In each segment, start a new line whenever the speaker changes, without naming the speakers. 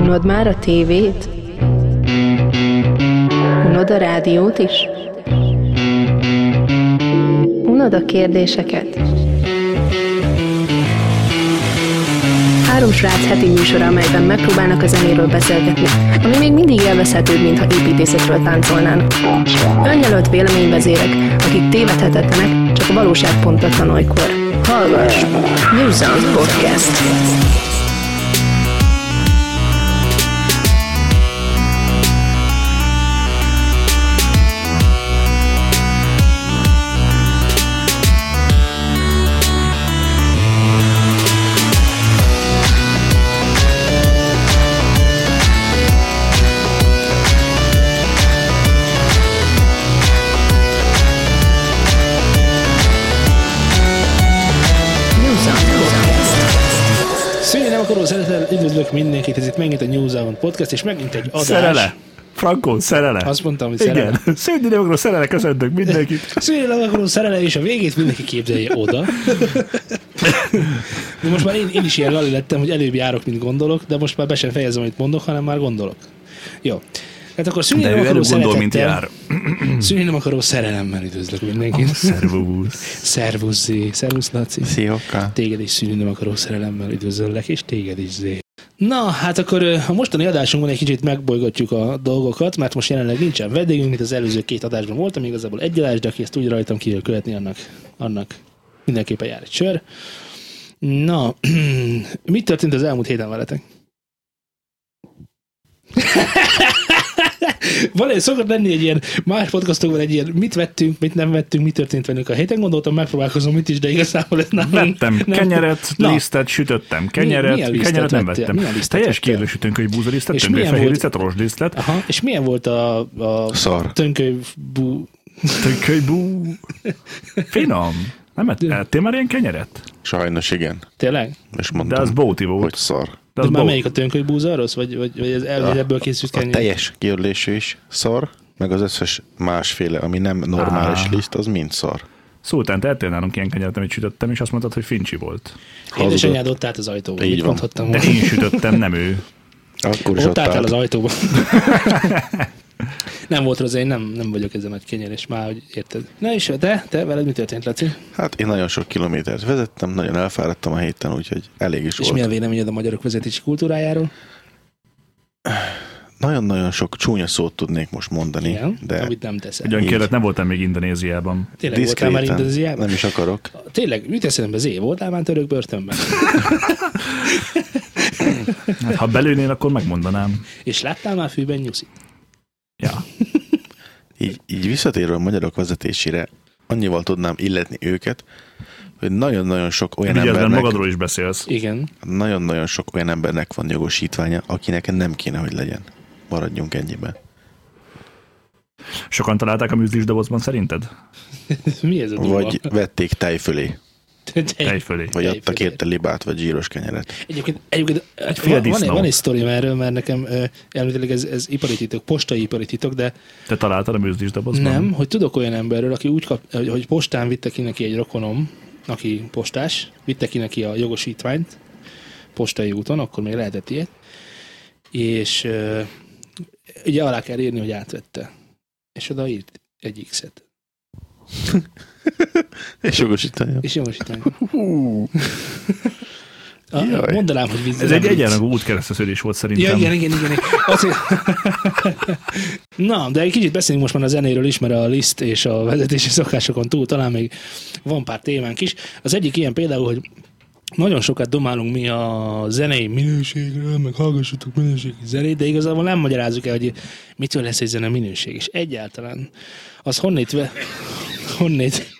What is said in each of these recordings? Unod már a tévét? Unod a rádiót is? Unod a kérdéseket? Három srác heti műsora, amelyben megpróbálnak a zenéről beszélgetni, ami még mindig élvezhetőbb, mintha építészetről táncolnának. Önjelölt véleményvezérek, akik tévedhetetlenek, csak a valóság pontatlan olykor. Hallgass! New Sounds Podcast. New Sounds Podcast.
Szűnye nem akaró szeretettel üdvözlök mindenkit, ez itt megint a New Zealand Podcast, és megint egy adás.
Szerele. Frankó, szerele.
Azt mondtam, hogy szerele.
Igen. Szédi Demogró szerele, köszöntök mindenkit.
Szűnye nem akaró szerele, és a végét mindenki képzelje oda. De most már én, én is ilyen lali lettem, hogy előbb járok, mint gondolok, de most már be sem fejezem, amit mondok, hanem már gondolok. Jó. Hát akkor szűnye
De
nem
ő
akaró
előbb gondol, mint
szeretettel-
jár.
Szűnye nem akaró szerelemmel üdvözlök mindenkit.
Szervusz.
Szervusz Zé, szervusz Laci.
Szióka.
Téged is szűnni nem akaró szerelemmel üdvözöllek, és téged is zé. Na, hát akkor ö, a mostani adásunkban egy kicsit megbolygatjuk a dolgokat, mert most jelenleg nincsen vendégünk, mint az előző két adásban volt, ami igazából egy adás, de aki ezt úgy rajtam kívül követni, annak, annak mindenképpen jár egy sör. Na, mit történt az elmúlt héten veletek? Van egy szokott lenni egy ilyen más podcastokban egy ilyen mit vettünk, mit nem vettünk, mi történt velünk a héten. Gondoltam, megpróbálkozom mit is, de igazából ez nálunk
Vettem
nem-
kenyeret,
Na.
lisztet sütöttem. Kenyeret,
milyen lisztet
kenyeret nem
vettél?
vettem.
Milyen lisztet
Teljes
vettél?
kérdősütünk, hogy búzalisztet,
És
tömbér,
milyen
fehér
volt? Ah.
lisztet, rozslisztet,
Aha, és milyen volt a, a
Szar.
tönkölyv bú...
tönkhölybú. Finom. Nem ettél már ilyen kenyeret?
Sajnos igen.
Tényleg?
És
De
mondtam,
az bóti
hogy
volt.
szar.
De
De
az
már
bó-
melyik a tönkölyv búza rossz? Vagy, vagy, vagy ez el, vagy ebből készült
A
kenyér?
teljes kiörlésű is szar, meg az összes másféle, ami nem normális
Ah.
liszt, az mind szar.
Szultán, te ettél nálunk ilyen kenyeret, amit sütöttem, és azt mondtad, hogy fincsi volt.
Édesanyád ott állt az ajtóban.
Így
Így
van.
mondhattam
De
volna.
én sütöttem, nem ő.
Akkor is
Ott
ott
álltál az
állt.
ajtóban. nem volt az én nem, nem vagyok ezen nagy kenyérés már, hogy érted. Na és te, te veled mi történt, Laci?
Hát én nagyon sok kilométert vezettem, nagyon elfáradtam a héten, úgyhogy elég
És
is
mi
volt.
a véleményed a magyarok vezetési kultúrájáról?
Nagyon-nagyon sok csúnya szót tudnék most mondani,
Igen,
de
amit nem teszel.
Ugyan
Így.
kérlek, nem voltam még Indonéziában.
Tényleg voltál már
diszkréten
Indonéziában?
nem is akarok.
Tényleg, mit eszembe az év? Voltál már török börtönben?
Hát, ha belőnél, akkor megmondanám.
és láttál már fűben nyuszit?
Ja.
Így, így visszatérve a magyarok vezetésére, annyival tudnám illetni őket, hogy nagyon-nagyon sok olyan
Vigyázz, mert
embernek...
magadról is beszélsz.
Igen.
nagyon-nagyon sok olyan embernek van jogosítványa, akinek nem kéne, hogy legyen. Maradjunk ennyiben.
Sokan találták a műzlis dobozban szerinted?
mi ez a durva?
Vagy vették tejfölé,
Te-
Tej fölé.
vagy
Tejfölé.
adtak érte libát, vagy zsíros kenyeret.
Egyébként, egyébként egy
fél
van, van, egy,
disznó.
van egy sztorium erről, mert nekem ö, elméletileg ez, ez ipari titok, postai ipari titok, de
Te találtad a műzlis dobozban?
nem, hogy tudok olyan emberről, aki úgy kap, hogy, hogy postán vitte ki neki egy rokonom, aki postás, vitte ki neki a jogosítványt postai úton, akkor még lehetett ilyet, és ö, ugye alá kell írni, hogy átvette. És oda írt egy X-et.
És jogosítványa.
És jogosítvány. A-
Jaj.
Mondanám, hogy víz.
Ez
nem
egy
vicc.
egyenlagú útkereszteződés volt
Ja,
szerintem.
igen, igen, igen. igen. Azért... Na, de egy kicsit beszéljünk most már a zenéről is, mert a liszt és a vezetési szokásokon túl talán még van pár témánk is. Az egyik ilyen például, hogy nagyon sokat domálunk mi a zenei minőségről, meg hallgassatok minőségi zenét, de igazából nem magyarázzuk el, hogy mitől lesz egy zene minőség, és egyáltalán az honnét, ve- honnét,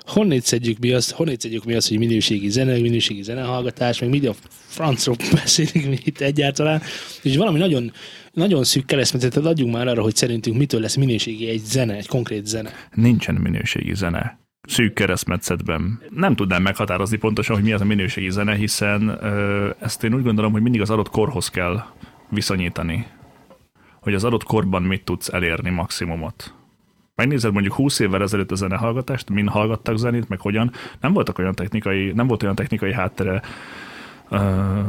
honnét szedjük mi azt, honnét szedjük mi azt, hogy minőségi zene, minőségi zenehallgatás, meg mi a francról beszélünk mi itt egyáltalán, és valami nagyon, nagyon szűk keresztmetszetet adjunk már arra, hogy szerintünk mitől lesz minőségi egy zene, egy konkrét zene.
Nincsen minőségi zene. Szűk keresztmetszetben. Nem tudnám meghatározni pontosan, hogy mi az a minőségi zene, hiszen ö, ezt én úgy gondolom, hogy mindig az adott korhoz kell viszonyítani. Hogy az adott korban mit tudsz elérni maximumot. Megnézed mondjuk 20 évvel ezelőtt a zenehallgatást, min hallgattak zenét, meg hogyan. Nem, voltak olyan technikai, nem volt olyan technikai háttere ö,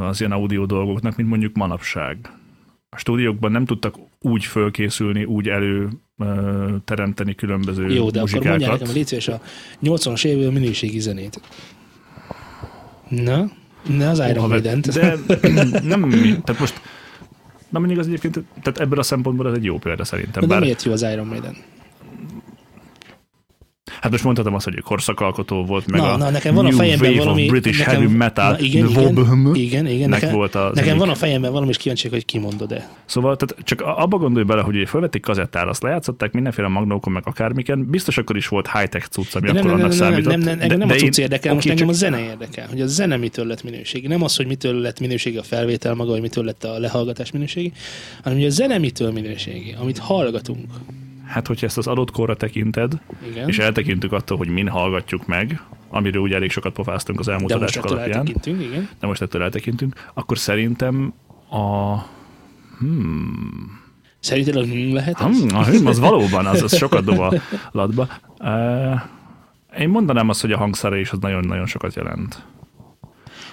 az ilyen audio dolgoknak, mint mondjuk manapság. a stúdiókban nem tudtak úgy fölkészülni, úgy elő ö, teremteni különböző
Jó, de akkor mondjál
Hm, muzsikákat.
nekem, légy szíves, a 80-as évből minőségi zenét. Na? Ne az Iron
Hova-
maiden
hát De nem, tehát most nem mindig az egyébként, tehát ebből a szempontból ez egy jó példa szerintem.
de
Bár,
miért jó az Iron Maiden?
hát most mondhatom azt, hogy ő korszakalkotó volt, meg
na,
a
na, nekem van a
New
fejemben
Wave
valami...
of British
nekem,
Heavy Metal.
na, igen,
The
igen,
Wobhm.
igen, igen,
nek
nekem,
volt az
nekem
egyik.
van a fejemben valami, és kíváncsi vagyok, hogy kimondod-e.
Szóval tehát csak a- abba gondolj bele, hogy ugye felvették kazettára, azt lejátszották mindenféle magnókon, meg akármiken, biztos akkor is volt high-tech cucc, ami
De nem,
akkor
nem, nem,
annak
nem, nem,
számított.
nem, nem, engem nem a
én-
cucc érdekel, most
oké,
engem a
csak-
zene érdekel, hogy a zene mitől lett minőségi. Nem az, hogy mitől lett minőségi a felvétel maga, vagy mitől lett a lehallgatás minőségi, hanem hogy a zene mitől minőségi, amit hallgatunk.
Hát, hogyha ezt az adott korra tekinted,
Igen.
és eltekintünk attól, hogy min hallgatjuk meg, amiről ugye elég sokat pofáztunk az elmúlt
de most
adások
attól
alapján,
eltekintünk, igen.
de most ettől eltekintünk, akkor szerintem a...
Szerinted a hm lehet az?
Hmm, a hüm az valóban, az, az sokat dob a latba. Uh, én mondanám azt, hogy a hangszere is az nagyon-nagyon sokat jelent.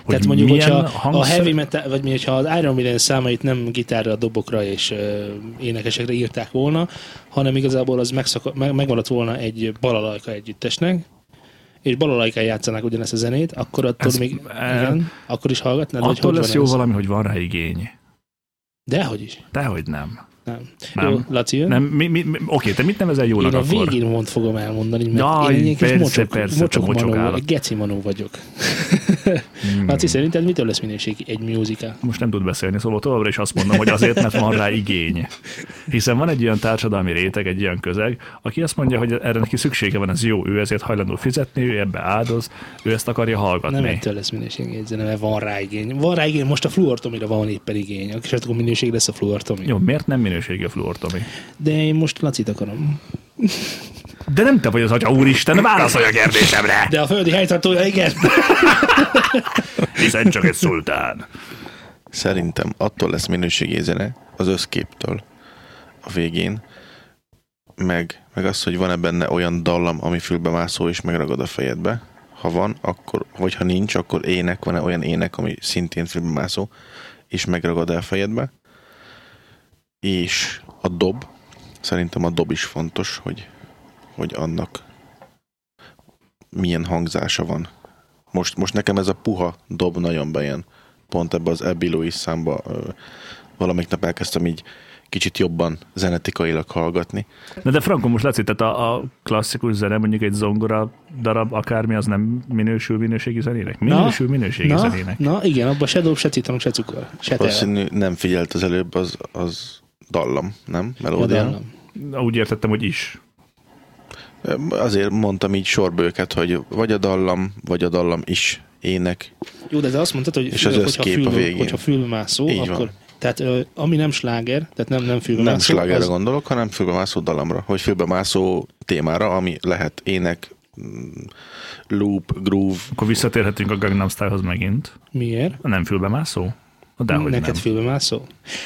Hogy
Tehát mondjuk,
milyen
hogyha a
hangszer-
heavy metal, vagy mi, hogyha az Iron Maiden számait nem gitárra, dobokra és ö, énekesekre írták volna, hanem igazából az megszaka, meg, megmaradt volna egy balalajka együttesnek, és balalajkán játszanák ugyanezt a zenét, akkor attól
Ez-
még,
eh,
igen, akkor is hallgatnád, hogy
Attól
hogy
lesz
van
jó
ez?
valami, hogy van rá igény.
Dehogy is.
Dehogy nem.
Nem.
Nem.
Jó, Laci jön.
nem mi, mi, mi, oké, te mit nevezel jónak
Én a
akkor?
végén mond fogom elmondani, mert
Jaj,
én egy kis
persze,
mocsok,
persze, te
mocsok manó,
mocsogálod.
egy geci manó vagyok.
Hmm.
Laci, szerinted mitől lesz minőségi egy musical?
Most nem tud beszélni, szóval továbbra is azt mondom, hogy azért, mert van rá igény. Hiszen van egy olyan társadalmi réteg, egy olyan közeg, aki azt mondja, hogy erre neki szüksége van, ez jó, ő ezért hajlandó fizetni, ő ebbe áldoz, ő ezt akarja hallgatni.
Nem ettől lesz minőségi egy zene, mert van rá igény. Van rá igény, most a fluortomira van éppen igény, és akkor minőség lesz a fluortomi.
Jó, miért nem minőségi a fluor, Tomi?
De én most Lacit akarom.
De nem te vagy az atya úristen, válaszolj a kérdésemre!
De a földi helytartója, igen.
Hiszen csak egy szultán.
Szerintem attól lesz minőségi zene az összképtől a végén, meg, meg az, hogy van-e benne olyan dallam, ami fülbemászó és megragad a fejedbe. Ha van, akkor, vagy ha nincs, akkor ének, van-e olyan ének, ami szintén fülbemászó és megragad a fejedbe. És a dob, szerintem a dob is fontos, hogy, hogy annak milyen hangzása van. Most, most nekem ez a puha dob nagyon bejön. Pont ebbe az Abby Lewis számba ö, valamelyik nap elkezdtem így kicsit jobban zenetikailag hallgatni.
Hát
Na de Franko, most látszik, tehát a, a klasszikus zene, mondjuk egy zongora darab, akármi, az nem minősül minőségi zenének? Minősül minőségi
na,
zenének.
na, igen, abban se dob, se citromok, se cukor. Se tea.
Valószínű nem figyelt az előbb az, az dallam, nem?
A
Melódia.
dallam.
Na, Úgy értettem, hogy is.
Ö, Azért mondtam így sorba őket, hogy vagy a dallam, vagy a dallam is ének.
Jó, de te azt mondtad, hogy
És az
fülök,
összkép a
hogyha, fülbe,
végén.
hogyha fülmászó,
Így
akkor...
van.
Tehát ö, ami nem sláger, tehát nem, nem
Nem
fülmászó,
slágerre
az,
gondolok, hanem fülbemászó dallamra, vagy fülbemászó témára, ami lehet ének, mm, loop, groove,
Akkor visszatérhetünk a Gangnam Stylehoz megint.
miért?
Nem fülbemászó? Dehogy
neked
nem.
fülbemászó?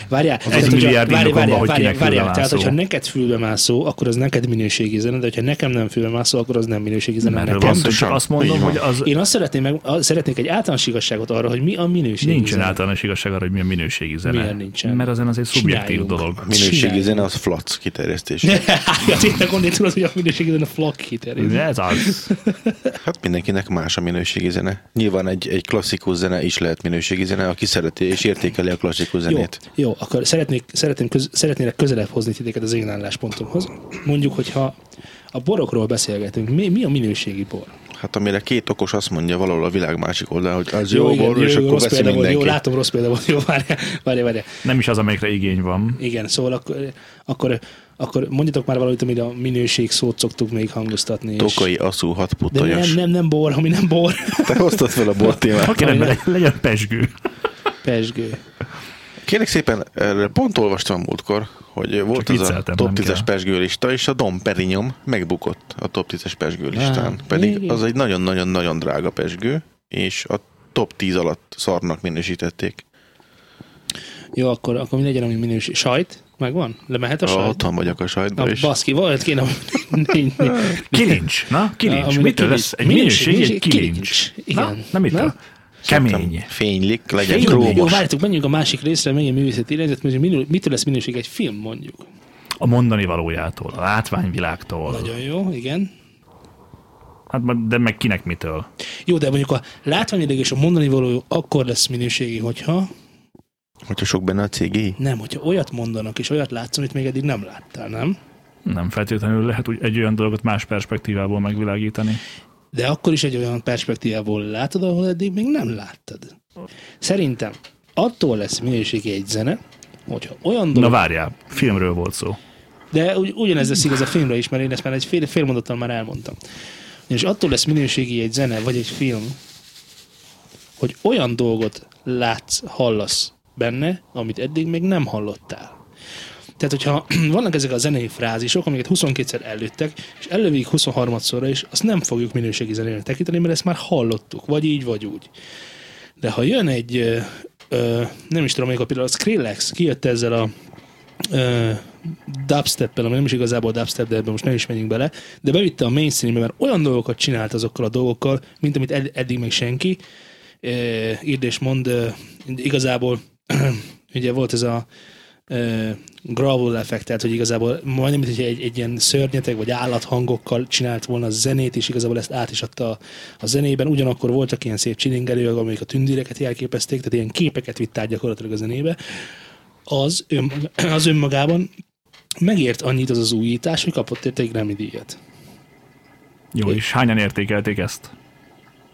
Várjál, tehát,
egy
hogyha-
milliárd
várjál,
indokomba,
várjál,
hogy
várjál,
kinek
várjál,
fülbemászó.
Tehát, hogyha neked fülbemászó, akkor az neked minőségi zene, de hogyha nekem nem fülbemászó, akkor az nem minőségi zene
Erről
nekem.
van szó,
Pontosan.
csak azt mondom,
Így van.
hogy az
Én azt szeretném, meg, a- szeretnék egy általános igazságot arra, hogy mi a minőségi
nincsen
zene.
általános igazság arra, hogy mi a minőségi zene.
Miért nincsen?
Mert ezen az egy szubjektív
Csináljunk.
dolog.
minőségi
Csináljuk.
zene, az flac kiterjesztés.
Ja, tényleg onnél tudod, hogy a minőségi zene a flak kiterjed.
De ez az.
Hát mindenkinek más a minőségi zene. Nyilván egy, egy klasszikus zene is lehet minőségi zene, aki szereti és értékeli a klasszikus
Jó,
zenét.
jó, akkor szeretnék, szeretném köz, szeretnélek közelebb hozni titeket az én álláspontomhoz. Mondjuk, hogyha a borokról beszélgetünk, mi, mi a minőségi bor?
Hát amire két okos azt mondja valahol a világ másik oldalán, hogy az jó,
igen,
bor, és akkor
rossz
veszi
példa volt,
mindenki.
jó, látom, rossz példa volt, jó, várjál, várjál, várjál.
Nem is az, amelyikre igény van.
Igen, szóval akkor, akkor, akkor mondjatok már valamit, amire a minőség szót szoktuk még hangoztatni. és-
Tokai aszú hat
De mi
puttonyos.
nem, nem, nem bor, ami nem bor.
Te hoztad fel a bor témát.
Kérem, le- legyen pesgő.
Pesgő.
Kérlek szépen, erről pont olvastam múltkor, hogy volt az a
vicceltem,
top
nem
10-es
kell.
pesgőlista, és a Dom Perignon megbukott a top 10-es pesgőlistán.
Á,
Pedig
igen.
az egy nagyon-nagyon-nagyon drága pesgő, és a top 10 alatt szarnak minősítették.
Jó, akkor, akkor mi legyen, ami minőség. Sajt? Megvan? Lemehet a
Ah,
sajt?
Ott van vagyok a sajtban,
Na,
és
baszki, volt kéne. Nincs, nincs.
Kilincs. Na, kilincs.
Amire
Mitől
kilincs.
lesz? Egy minőség, egy kilincs.
Igen.
Na, na mitől? Kemény.
Szerintem Fénylik, legyen
Jó, Jó,
krómos.
várjátok, menjünk a másik részre, megint művészeti irányzat, mert minő- mitől lesz minőség egy film, mondjuk.
A mondani valójától, a látványvilágtól.
Nagyon jó, igen.
Hát, ma- de meg kinek mitől?
Jó, de mondjuk a látványideg és a mondani való akkor lesz minőségi, hogyha
Hogyha sok benne a cégi.
nem, hogyha olyat mondanak és olyat látsz, amit még eddig nem láttál, nem?
Nem feltétlenül lehet úgy egy olyan dolgot más perspektívából megvilágítani.
De akkor is egy olyan perspektívából látod, ahol eddig még nem láttad. Szerintem attól lesz minőségi egy zene, hogyha olyan
Na
dolog,
várjál, filmről volt szó.
de ugy, ugyanez lesz igaz a filmre is, mert én ezt már egy fél, fél mondattal már elmondtam. És attól lesz minőségi egy zene, vagy egy film, hogy olyan dolgot látsz, hallasz benne, amit eddig még nem hallottál. Tehát, hogyha vannak ezek a zenei frázisok, amiket 22-szer előttek, és elővig 23-szorra is, azt nem fogjuk minőségi zenének tekinteni, mert ezt már hallottuk, vagy így, vagy úgy. De ha jön egy, ö, ö, nem is tudom, amikor például a Skrillex kijött ezzel a ö, dubstep-el, ami nem is igazából dubstep, de ebben most nem is menjünk bele, de bevitte a mainstreambe, mert olyan dolgokat csinált azokkal a dolgokkal, mint amit ed- eddig még senki. Ö, írd és mond, ö, igazából ugye volt ez a ö, gravel effekt, tehát hogy igazából majdnem, mint hogy egy, egy ilyen szörnyeteg vagy állathangokkal csinált volna zenét, és igazából ezt át is adta a, a zenében. Ugyanakkor voltak ilyen szép csilingelők, amik a tündéreket jelképezték, tehát ilyen képeket vitt át gyakorlatilag a zenébe. Az, ön, az önmagában megért annyit az az újítás, hogy kapott érte egy Grammy díjat.
Jó, és hányan értékelték ezt?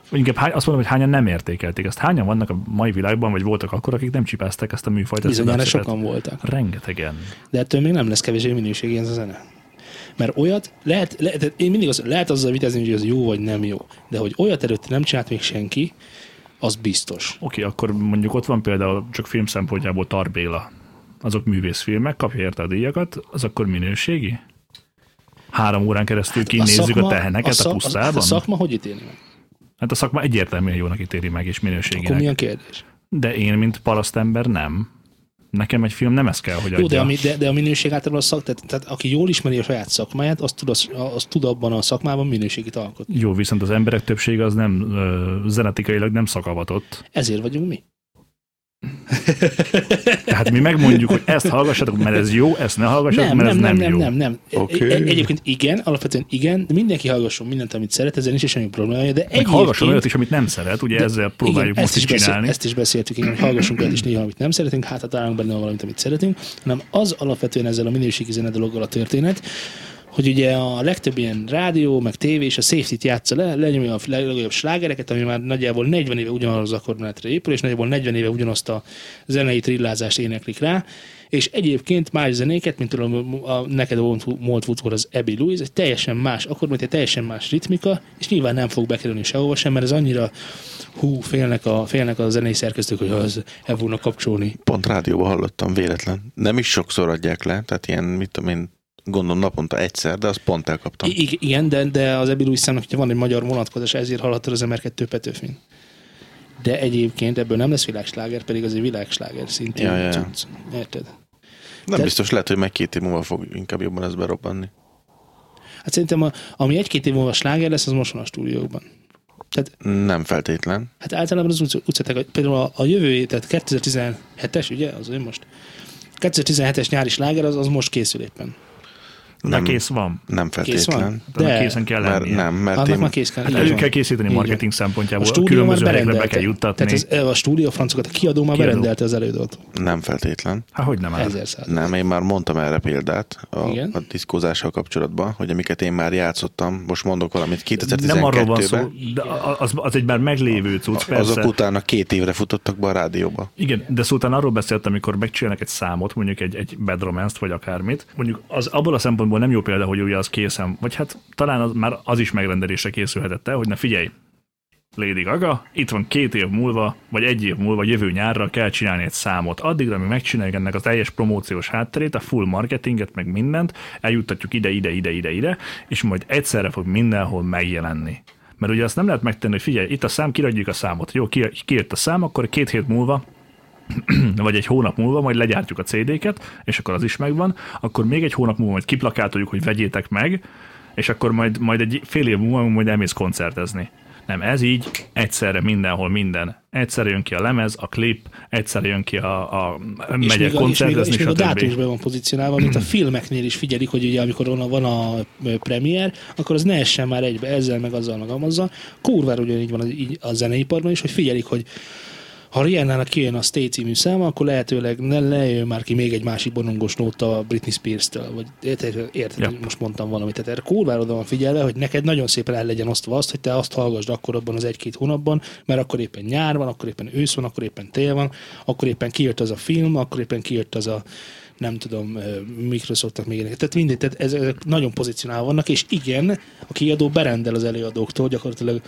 Vagy Inkább hány, azt mondom, hogy hányan nem értékelték ezt. Hányan vannak a mai világban, vagy voltak akkor, akik nem csipázták ezt a műfajt? ezt a
Bizonyára
dubstepet?
sokan voltak.
Rengetegen.
De ettől még nem lesz kevésbé minőségi ez a zene. Mert olyat, lehet, lehet tehát én mindig az, lehet azzal vitázni, hogy az jó vagy nem jó, de hogy olyat előtt nem csinált még senki, az biztos.
Oké, akkor mondjuk ott van például csak film szempontjából Tarbéla. Azok művészfilmek, kapja érte a díjakat, az akkor minőségi? Három órán keresztül kinézzük a, teheneket a,
szak-
pusztában?
Hát A, a szakma hogy ítéli meg?
Hát a szakma egyértelműen jónak ítéli meg, és
Akkor
minőséginek.
mi a kérdés?
De én, mint parasztember nem. Nekem egy film nem ez kell, hogy
Jó, de,
adja.
ami, de, de a minőség általában a szak, tehát, tehát, aki jól ismeri a saját szakmáját, az tud, az, az tud abban a szakmában minőségit alkotni.
Jó, viszont az emberek többsége az nem ö, zenetikailag nem szakavatott.
Ezért vagyunk mi.
Tehát mi megmondjuk, hogy ezt hallgassatok, mert ez jó, ezt ne hallgassatok,
Nem,
mert
nem, nem,
ez nem,
nem,
jó.
nem, nem.
Oké.
Egy- Egyébként igen, alapvetően igen, de mindenki hallgasson mindent, amit szeret, ezen nincs is semmi problémája, de
Meg
egy
hallgasson olyat is, amit nem szeret, ugye de, ezzel próbáljuk
igen,
most is
ezt is
csinálni.
Beszél, ezt is beszéltük, igen, hogy hallgassunk olyat is néha, amit nem szeretünk, hát ha találunk benne valamit, amit szeretünk, hanem az alapvetően ezzel a minőségi zene dologgal a történet, hogy ugye a legtöbb ilyen rádió, meg tévé és a safety-t játsza le, lenyomja a legnagyobb slágereket, ami már nagyjából 40 éve ugyanaz akkordmenetre épül, és nagyjából 40 éve ugyanazt a zenei trillázást éneklik rá, és egyébként más zenéket, mint tudom, a, a neked volt- volt futkor az Abby Louis, egy teljesen más akkordmenet, egy teljesen más ritmika, és nyilván nem fog bekerülni sehova sem, mert ez annyira hú, félnek a, félnek a zenei szerkesztők, hogy az el fognak kapcsolni.
Pont rádióban hallottam véletlen. Nem is sokszor adják le, tehát ilyen, mit tudom én, gondolom naponta egyszer, de azt pont elkaptam.
I- ig- igen, de, de az Ebi Luisszának, hogyha van egy magyar vonatkozás, ezért hallhattad az MR2 Petőfin. De egyébként ebből nem lesz világsláger, pedig az egy világsláger szintű.
Ja, ja, ja.
cucc. Érted?
Nem
de-
biztos, lehet, hogy meg két év múlva fog inkább jobban ez berobbanni.
Hát szerintem, a, ami egy-két év múlva sláger lesz, az most van a stúdiókban. Tehát
Nem feltétlen.
Hát általában az utca- utcatek, hogy például a, a jövő év, tehát 2017-es, ugye, az én most, 2017-es nyári sláger, az, az most készül éppen.
Na kész van.
Nem
Kész
feltétlen.
van?
De készen kell
Mert
lennie.
nem, mert
Annak
én...
már kész kell.
Hát
így
elő
van.
kell készíteni
Így van.
marketing szempontjából, a,
stúdió már
különböző helyekre be
berendelte.
kell juttatni.
Tehát az, a stúdió francokat, a kiadó már
Kiadó.
berendelte az elődot.
Nem feltétlen.
Hát hogy nem áll?
Ezer százalék.
Nem, én már mondtam erre példát a,
Igen.
a diszkózással kapcsolatban, hogy amiket én már játszottam, most mondok valamit, 2012-ben,
Nem arról van szó, de az, az egy már meglévő cucc, persze.
azok utána két évre futottak be a rádióba.
Igen, de szóval arról beszéltem, amikor megcsinálnak egy számot, mondjuk egy, egy bad romance vagy akármit. Mondjuk az abból a szempontból nem jó példa, hogy ugye az készen, vagy hát talán az, már az is megrendelésre készülhetett el, hogy na figyelj, Lady Gaga, itt van két év múlva, vagy egy év múlva, jövő nyárra kell csinálni egy számot. Addigra, amíg megcsináljuk ennek a teljes promóciós hátterét, a full marketinget, meg mindent, eljuttatjuk ide, ide, ide, ide, ide, és majd egyszerre fog mindenhol megjelenni. Mert ugye azt nem lehet megtenni, hogy figyelj, itt a szám, kiradjuk a számot. Jó, ki, kiírt a szám, akkor két hét múlva vagy egy hónap múlva majd legyártjuk a CD-ket, és akkor az is megvan, akkor még egy hónap múlva majd kiplakátoljuk, hogy vegyétek meg, és akkor majd, majd egy fél év múlva majd elmész koncertezni. Nem, ez így egyszerre mindenhol minden. Egyszerre jön ki a lemez, a klip, egyszerre jön ki a, a
És még, a, és,
megyek
még, a-
koncertezni,
és még a dátum is
stb. Hmm.
be van pozicionálva, mint a filmeknél is figyelik, hogy ugye amikor onnan van a ö, premier, akkor az ne essen már egybe ezzel, meg azzal, meg amazzal. Kurvára ugyanígy van az, így a zeneiparban is, hogy figyelik, hogy ha Rihanna-nak kijön a Stay című száma, akkor lehetőleg ne lejön már ki még egy másik bonongos nóta a Britney Spears-től, vagy érted, érted
Ja.
ja. most mondtam valamit. Tehát erre kurvára oda van figyelve, hogy neked nagyon szépen el legyen osztva azt, hogy te azt hallgasd akkor abban az egy-két hónapban, mert akkor éppen nyár van, akkor éppen ősz van, akkor éppen tél van, akkor éppen kijött az a film, akkor éppen kijött az a nem tudom, ö, Microsoftnak még ilyenek. Tehát mindegy, tehát ez, ezek nagyon pozícionálva vannak, és igen, a kiadó berendel az előadóktól, gyakorlatilag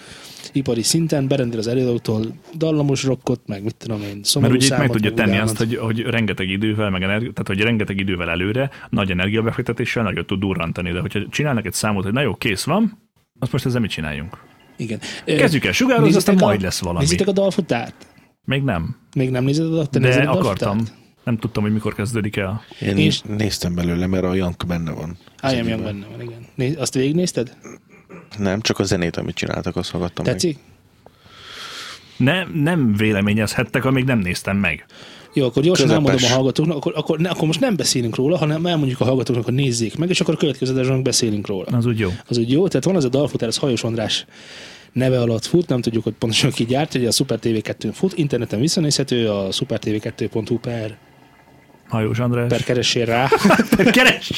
ipari szinten berendel az előadóktól dallamos rockot, meg mit tudom én, szomorú
Mert ugye itt meg
számot,
tudja
meg
tenni
událmat.
azt, hogy, hogy rengeteg idővel, meg energi- tehát hogy rengeteg idővel előre, nagy energiabefektetéssel nagyot tud durrantani, de hogyha csinálnak egy számot, hogy na jó, kész van, azt most ezzel mit csináljunk?
Igen.
Kezdjük el sugározni,
Nézitek
aztán
a-
majd lesz valami.
Nézitek a dalfutát?
Még nem,
Még nem nézed a te
de
nézed a
akartam.
dalfutát?
Nem tudtam, hogy mikor kezdődik el.
Én
És-
és... néztem belőle, mert a Jank benne van.
I am young benne van, igen. Néz, azt végignézted?
Nem, csak a zenét, amit csináltak, azt hallgattam meg.
Tetszik?
Ne, nem véleményezhettek, amíg nem néztem meg.
Jó, akkor gyorsan
Közepes.
elmondom a hallgatóknak, akkor, akkor, ne, akkor most nem beszélünk róla, hanem elmondjuk a hallgatóknak, hogy nézzék meg, és akkor a következő adásban beszélünk róla.
Az úgy jó.
az úgy jó. Tehát van az a dalfutár, ez Hajós András neve alatt fut, nem tudjuk, hogy pontosan ki gyárt, ugye a Super TV2-n fut, interneten visszanézhető, a supertv2.hu per,
Hajós András.
per keresél rá.
Keres!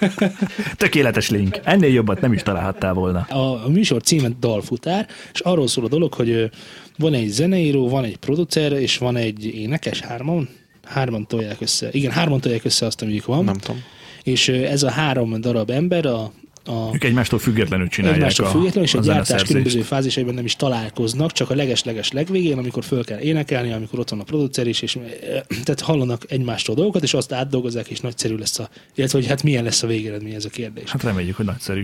Tökéletes link. Ennél jobbat nem is találhattál volna.
A, a műsor címe Dalfutár, és arról szól a dolog, hogy ö, van egy zeneíró, van egy producer, és van egy énekes, hárman? Hárman tolják össze. Igen, hárman tolják össze azt, amik van.
Nem tudom.
És ö, ez a három darab ember a, a
Ők egymástól függetlenül csinálják
egymástól
a,
függetlenül, és
a
a gyártás
zeneszerzést.
különböző fázisaiban nem is találkoznak, csak a leges-leges legvégén, amikor föl kell énekelni, amikor ott van a producer is, és tehát hallanak egymástól dolgokat, és azt átdolgozzák, és nagyszerű lesz a, illetve hogy hát milyen lesz a végeredmény ez a kérdés.
Hát reméljük, hogy nagyszerű.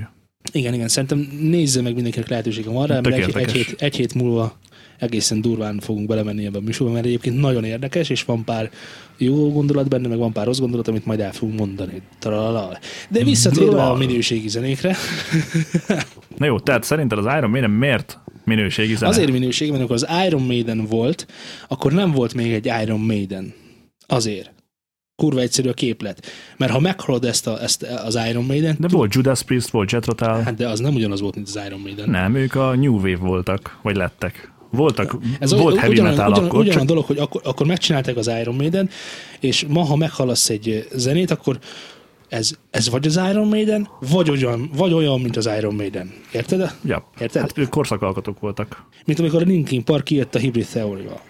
Igen, igen, szerintem nézze meg mindenkinek lehetőségem arra,
Tök
mert egy, egy,
érdekes.
hét, egy hét múlva egészen durván fogunk belemenni ebbe a műsorba, mert egyébként nagyon érdekes, és van pár jó gondolat benne, meg van pár rossz gondolat, amit majd el fogunk mondani. Tralala. De visszatérve a minőségi zenékre,
Na jó, tehát szerinted az Iron Maiden miért minőségi zene?
Azért minőség, mert amikor az Iron Maiden volt, akkor nem volt még egy Iron Maiden. Azért. Kurva egyszerű a képlet. Mert ha meghallod ezt, a, ezt az Iron maiden
De volt Judas Priest, volt Jet Rotal.
hát de az nem ugyanaz volt, mint az Iron Maiden.
Nem, ők a New Wave voltak, vagy lettek. Voltak, Ez
ugy-
volt heavy
ugyan,
metal
ugyan,
akkor,
ugyan a
csak
dolog, hogy akkor, akkor megcsinálták az Iron Maiden, és ma, ha meghallasz egy ö, zenét, akkor ez, ez vagy az Iron Maiden, vagy olyan, vagy olyan, mint az Iron Maiden. Érted?
ja,
Érted?
Hát ők korszakalkotók voltak.
mint amikor a Linkin Park kijött a Hybrid theory -val.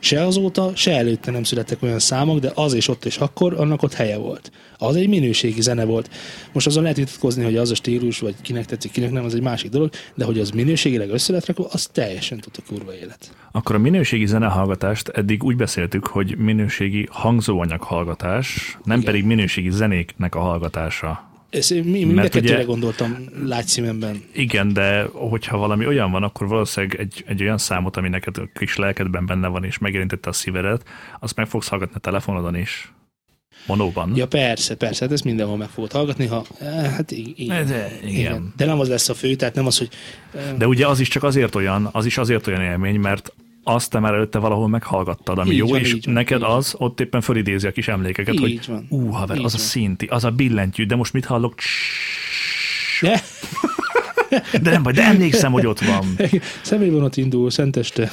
Se azóta, se előtte nem születtek olyan számok, de az és ott és akkor annak ott helye volt. Az egy minőségi zene volt. Most azon lehet vitatkozni, hogy az a stílus, vagy kinek tetszik, kinek nem, az egy másik dolog, de hogy az minőségileg összeletrakva, az teljesen tudta kurva élet.
Akkor a minőségi zenehallgatást eddig úgy beszéltük, hogy minőségi hangzóanyag hallgatás, nem pedig minőségi zenéknek a hallgatása.
Ez, mi, mi mind a
Mert ugye-
kettőre gondoltam látszímemben.
Igen, de hogyha valami olyan van, akkor valószínűleg egy, egy olyan számot, ami neked a kis lelkedben benne van, és megérintette a szívedet, azt meg fogsz hallgatni a telefonodon is. Monóban.
Ja persze, persze, hát ezt mindenhol meg fogod hallgatni, ha... eh, Hát i- i-
De- de- igen.
De nem az lesz a fő, tehát nem az, hogy
De ugye az is csak azért olyan, az is azért olyan élmény, mert azt te már előtte valahol meghallgattad, ami
Így
jó,
van,
és
így van,
neked
így van.
az ott éppen fölidézi a kis emlékeket,
Így
hogy
van,
ú, haver,
így
az a
van.
szinti, az a billentyű, de most mit hallok? Csss,
ne,
De nem baj, de emlékszem, hogy ott van.
személyvonat indul, szenteste.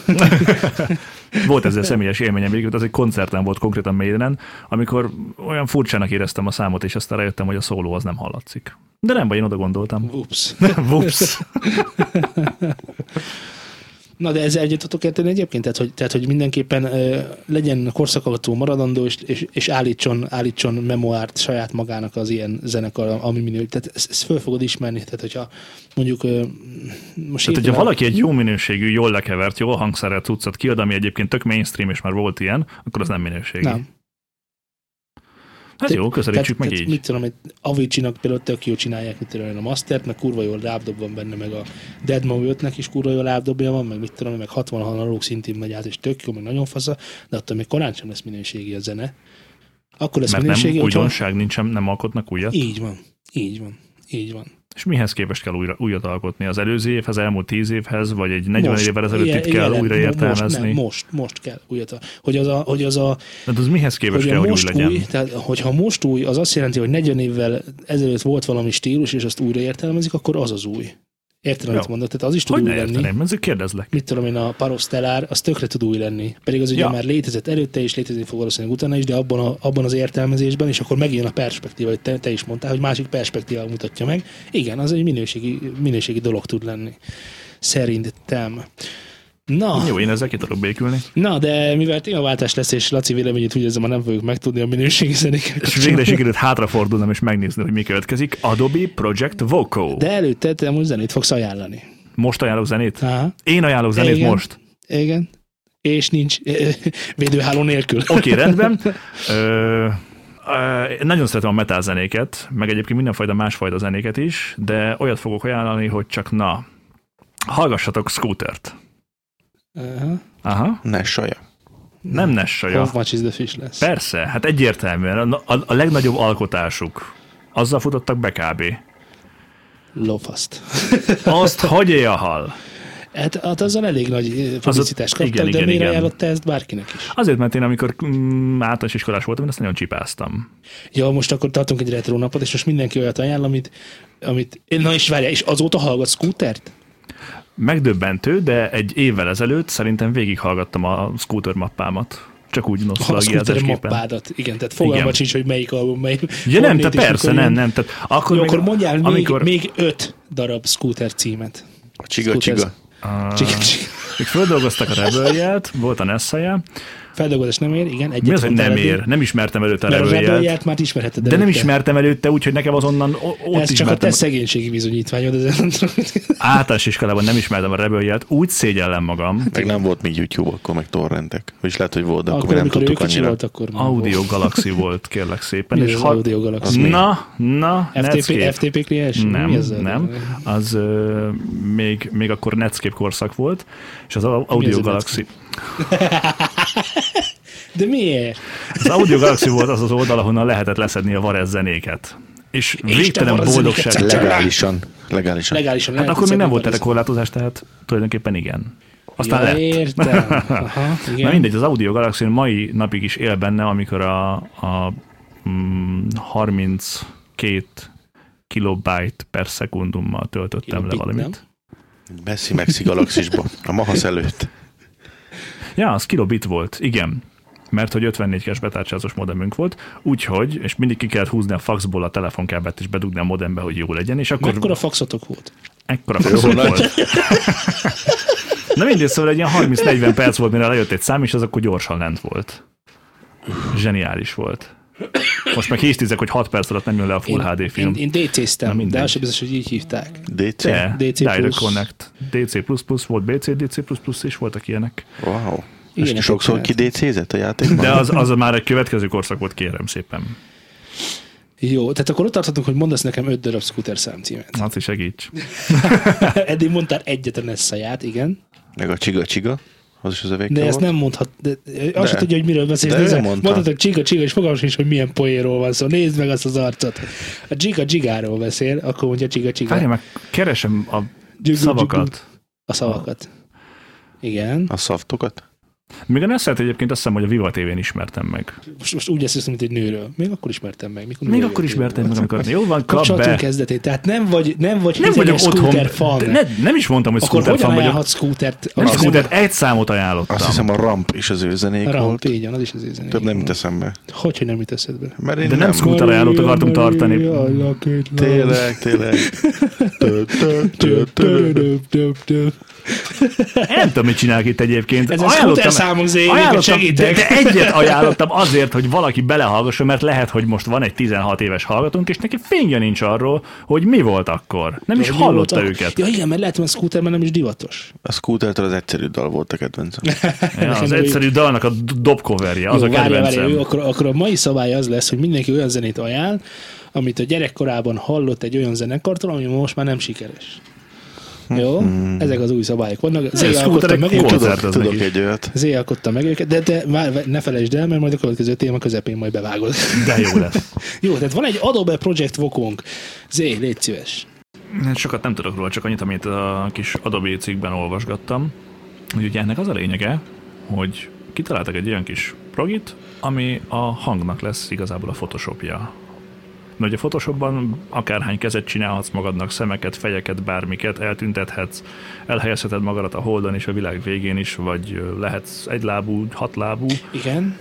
Volt ezzel személyes élményem, egyébként az egy koncerten volt konkrétan Maidenen, amikor olyan furcsának éreztem a számot, és aztán rájöttem, hogy a szóló az nem hallatszik. De nem baj, én oda gondoltam.
Ups.
Vups.
Na de ezzel egyet tudok érteni egyébként? Tehát, hogy, tehát, hogy mindenképpen ö, legyen korszakaltó maradandó, és, és, és állítson, állítson memoárt saját magának az ilyen zenekar, ami minő. Tehát ezt, ezt föl fogod ismerni. Tehát, hogyha mondjuk ö, most
Tehát,
hirtelen-
Hát, hogyha valaki egy jó minőségű, jól lekevert, jól hangszerrel cuccot kiad, ami egyébként tök mainstream, és már volt ilyen, akkor az nem minőségi.
Nem.
Hát jó, közelítsük meg
tehát,
így.
Mit tudom, egy Avicii-nak például tök jól csinálják, mit tudom, én, a Mastert, meg kurva jól rábdob van benne, meg a Dead Mob 5-nek is kurva jól rábdobja van, meg mit tudom, én, meg 66 alók szintén megy át, és tök jó, meg nagyon fasza, de attól még korán sem lesz minőségi a zene. Akkor lesz
Mert nem
minőségi, hogyha-
Hát. újdonság, nincs, nem alkotnak újat.
Így van, így van, így van.
És mihez képest kell újra, újat alkotni? Az előző évhez, elmúlt tíz évhez, vagy egy 40 most, évvel ezelőtt itt kell
jelen-
újra
mo- Most,
értelmezni?
nem, most, most kell újat. al- Hogy az a, hogy az a
Tehát az mihez képest
hogy
kell,
a
hogy új
most
legyen?
új, tehát hogyha most új, az azt jelenti, hogy 40 évvel ezelőtt volt valami stílus, és azt újra értelmezik, akkor az az új. Érted, amit
Jó.
mondod? Tehát az is tud
Hogy
új
ne
lenni.
érteném? Ezért kérdezlek.
Mit tudom én, a parosztelár, az tökre tud új lenni. Pedig az ugye
Ja.
már létezett előtte, és létezni fog valószínűleg utána is, de abban, a, abban az értelmezésben, és akkor megjön a perspektíva, hogy te, te is mondtál, hogy másik perspektíva mutatja meg. Igen, az egy minőségi, minőségi dolog tud lenni. Szerintem. Na,
Jó, én ezzel ki tudok békülni.
Na, de mivel témaváltás lesz, és Laci véleményét úgy érzem, már nem fogjuk megtudni a minőségi zenékkel.
És végre sikerült hátrafordulnom és megnézni, hogy mi következik. Adobe Project Voco.
De előtte te most zenét fogsz ajánlani.
Most ajánlok zenét?
Aha,
Én ajánlok zenét
Igen.
most.
igen. És nincs ö, védőháló nélkül.
Oké, okay, rendben. Ö, ö, én nagyon szeretem a metal zenéket, meg egyébként mindenfajta másfajta zenéket is, de olyat fogok ajánlani, hogy csak na, hallgassatok Scootert.
Aha.
Aha,
Ne saja.
nem Nessaja.
How much is the fish lesz.
Persze, hát egyértelműen a, a, a legnagyobb alkotásuk. Azzal futottak be kb.
Lofaszt.
Azt hagyja a hal.
Hát, hát azzal elég nagy ö, publicitást
igen,
kaptak, de
igen,
miért
igen.
ajánlotta ezt bárkinek is?
Azért, mert én amikor mm, általános iskolás voltam, én azt nagyon csipáztam.
Ja, most akkor tartunk egy retro napot, és most mindenki olyat ajánl, amit, amit... Na és várjál, és azóta hallgat scootert?
Megdöbbentő, de egy évvel ezelőtt szerintem végighallgattam a scooter mappámat. Csak úgy
A scooter
nosztalgiázásképpen.
mappádat. Igen, tehát fogalma
Igen.
sincs, hogy melyik album, melyik.
Ja nem,
honnét
te
és
persze,
mikor jön.
nem, nem. Tehát akkor,
Jó,
még-
akkor mondjál
amikor,
még, még öt darab scooter címet.
A csiga,
Scooters.
csiga.
Csik, csik.
még földolgoztak a rebelliát, volt a nessaja.
Feldolgozás nem ér, igen. Egyet
Mi az, hogy
mondtál
nem
eddig.
ér? Nem ismertem előtte a
Mert a
rebelliát.
rebelliát már ismerheted
De nem
előtte.
ismertem előtte, úgyhogy nekem azonnan o-
Ez
ott
csak a
ismertem.
te szegénységi bizonyítványod. Ez
Általános iskolában nem ismertem a rebelliát, úgy szégyellem magam.
Hát-
Meg nem volt még YouTube, akkor meg torrentek. Vagyis lehet, hogy volt, de akkor,
akkor,
akkor nem
amikor ő
tudtuk
kicsi
annyira.
volt, akkor nem
Audio
volt.
Galaxy volt, kérlek szépen.
Mi az
és
az
ha-
Audio Galaxy?
Na, na, Netscape.
FTP, FTP kliens?
Nem,
Mi az a-
nem. Az ö, még, még akkor Netscape korszak volt, és az Au- Audio
a
Galaxy.
De miért?
Az Audio Galaxy volt az az oldal, ahonnan lehetett leszedni a Varez zenéket. És végtelen
Varezz zenéket
boldogság.
szedtél.
Legálisan. Legálisan.
Legálisan
Hát
lehet
akkor még nem
szedni
volt erre
valamit.
korlátozás, tehát tulajdonképpen igen. Aztán
ja,
lett.
értem. Aha, igen.
Na mindegy, az Audio Galaxy mai napig is él benne, amikor a, a mm, 32 kilobajt per szekundummal töltöttem
Kilobit,
le valamit.
nem?
Messzi Mexi galaxisba. A Mahasz előtt.
Ja, az kilobit volt, igen. Mert hogy 54-es betárcsázós modemünk volt, úgyhogy, és mindig ki kellett húzni a faxból a telefonkábelt és bedugni a modembe, hogy jó legyen, és akkor
Mekkora faxotok volt?
ekkora fax
Jó, nagy.
volt. Na mindegy, szóval egy ilyen 30-40 perc volt, mire lejött egy szám, és az akkor gyorsan lent volt. Zseniális volt. Most meg hisztizek, hogy 6 perc alatt nem jön le a Full HD film.
Én, én DC-ztem, de
mindegy.
az sem biztos, hogy így hívták.
DC.
De,
DC++.
Direct Connect, DC++, volt BC, DC++ is voltak ilyenek.
Wow. És
Ilyeneket
sokszor
csinált.
kidécézett a játékban?
De az, az már egy következő korszak volt, kérem szépen.
Jó, tehát akkor ott tartottunk, hogy mondasz nekem öt darab scooter számcímet.
Laci, segíts.
Eddig mondtál egyet a Nessaját, igen.
Meg a csiga, csiga. Az is az övék
De ezt
volt.
nem mondhat, de, de. azt se tudja, hogy miről beszélsz.
De ő
Nézd meg,
mondta.
Mondhatod csiga, csiga, és fogalmas is, hogy milyen poéról van szó. Nézd meg azt az arcot. A csiga csigáról beszél, akkor mondja csiga
Várj,
csiga.
meg keresem a
gyugú.
szavakat.
A szavakat. Igen.
A szaftokat?
Még a Nesselt egyébként azt hiszem, hogy a Viva TV-n ismertem meg.
Most, most úgy lesz, mint egy nőről. Még akkor ismertem meg. Mikor
Még
nőről
akkor
jöttél.
ismertem meg, amikor jó van, kap
Kapcsolatunk
be.
kezdetét. Tehát nem vagy, nem vagy izé
Nem vagyok otthon.
fan.
De Ne, nem is mondtam, hogy
Akkor
scooter
hogyan
fan vagyok.
ajánlhat scootert?
Nem
Azt
scooter, egy számot ajánlottam.
Azt hiszem a ramp is az ő zenék
hiszem,
volt.
Ramp, így van, az is az ézen.
Több nem jut eszembe.
Hogy, hogy nem jut eszedbe?
Mert én
De nem Scooter ajánlót akartunk tartani.
Tényleg, tényleg. Tö, tö, tö, tö.
Nem tudom, mit csinálok itt egyébként.
Ez a scooter számok zénéket
de,
segítek.
de, egyet ajánlottam azért, hogy valaki belehallgasson, mert lehet, hogy most van egy 16 éves hallgatónk, és neki fényje nincs arról, hogy mi volt akkor. Nem is hallotta őket.
Ja igen, mert lehet, hogy a scooter már nem is divatos.
A scootertől az egyszerű dal volt a kedvencem.
Ja, az
Nekem ő-
egyszerű dalnak a dobcoverje, az
Jó,
a
várja, várja, jó,
kedvencem.
akkor, akkor a mai szabály az lesz, hogy mindenki olyan zenét ajánl, amit a gyerekkorában hallott egy olyan zenekartól, ami most már nem sikeres. Jó? Ezek az új szabályok vannak. Zé alkotta
Hmm. scooterek
meg
jó.
őket.
Koncerteznek
Tudok, tudok
is.
egy olyat.
Zé alkotta meg őket, de te már ne felejtsd el, mert majd a következő téma közepén majd bevágod.
De jó lesz.
Jó, tehát van egy Adobe Project Vokong. Zé, légy szíves.
Hát Sokat nem tudok róla, csak annyit, amit a kis Adobe cikkben olvasgattam. Úgyhogy ennek az a lényege, hogy kitaláltak egy olyan kis progit, ami a hangnak lesz igazából a Photoshopja. Na, ugye Photoshopban akárhány kezet csinálhatsz magadnak, szemeket, fejeket, bármiket, eltüntethetsz, elhelyezheted magadat a holdon és a világ végén is, vagy lehetsz egylábú, hatlábú.
Igen.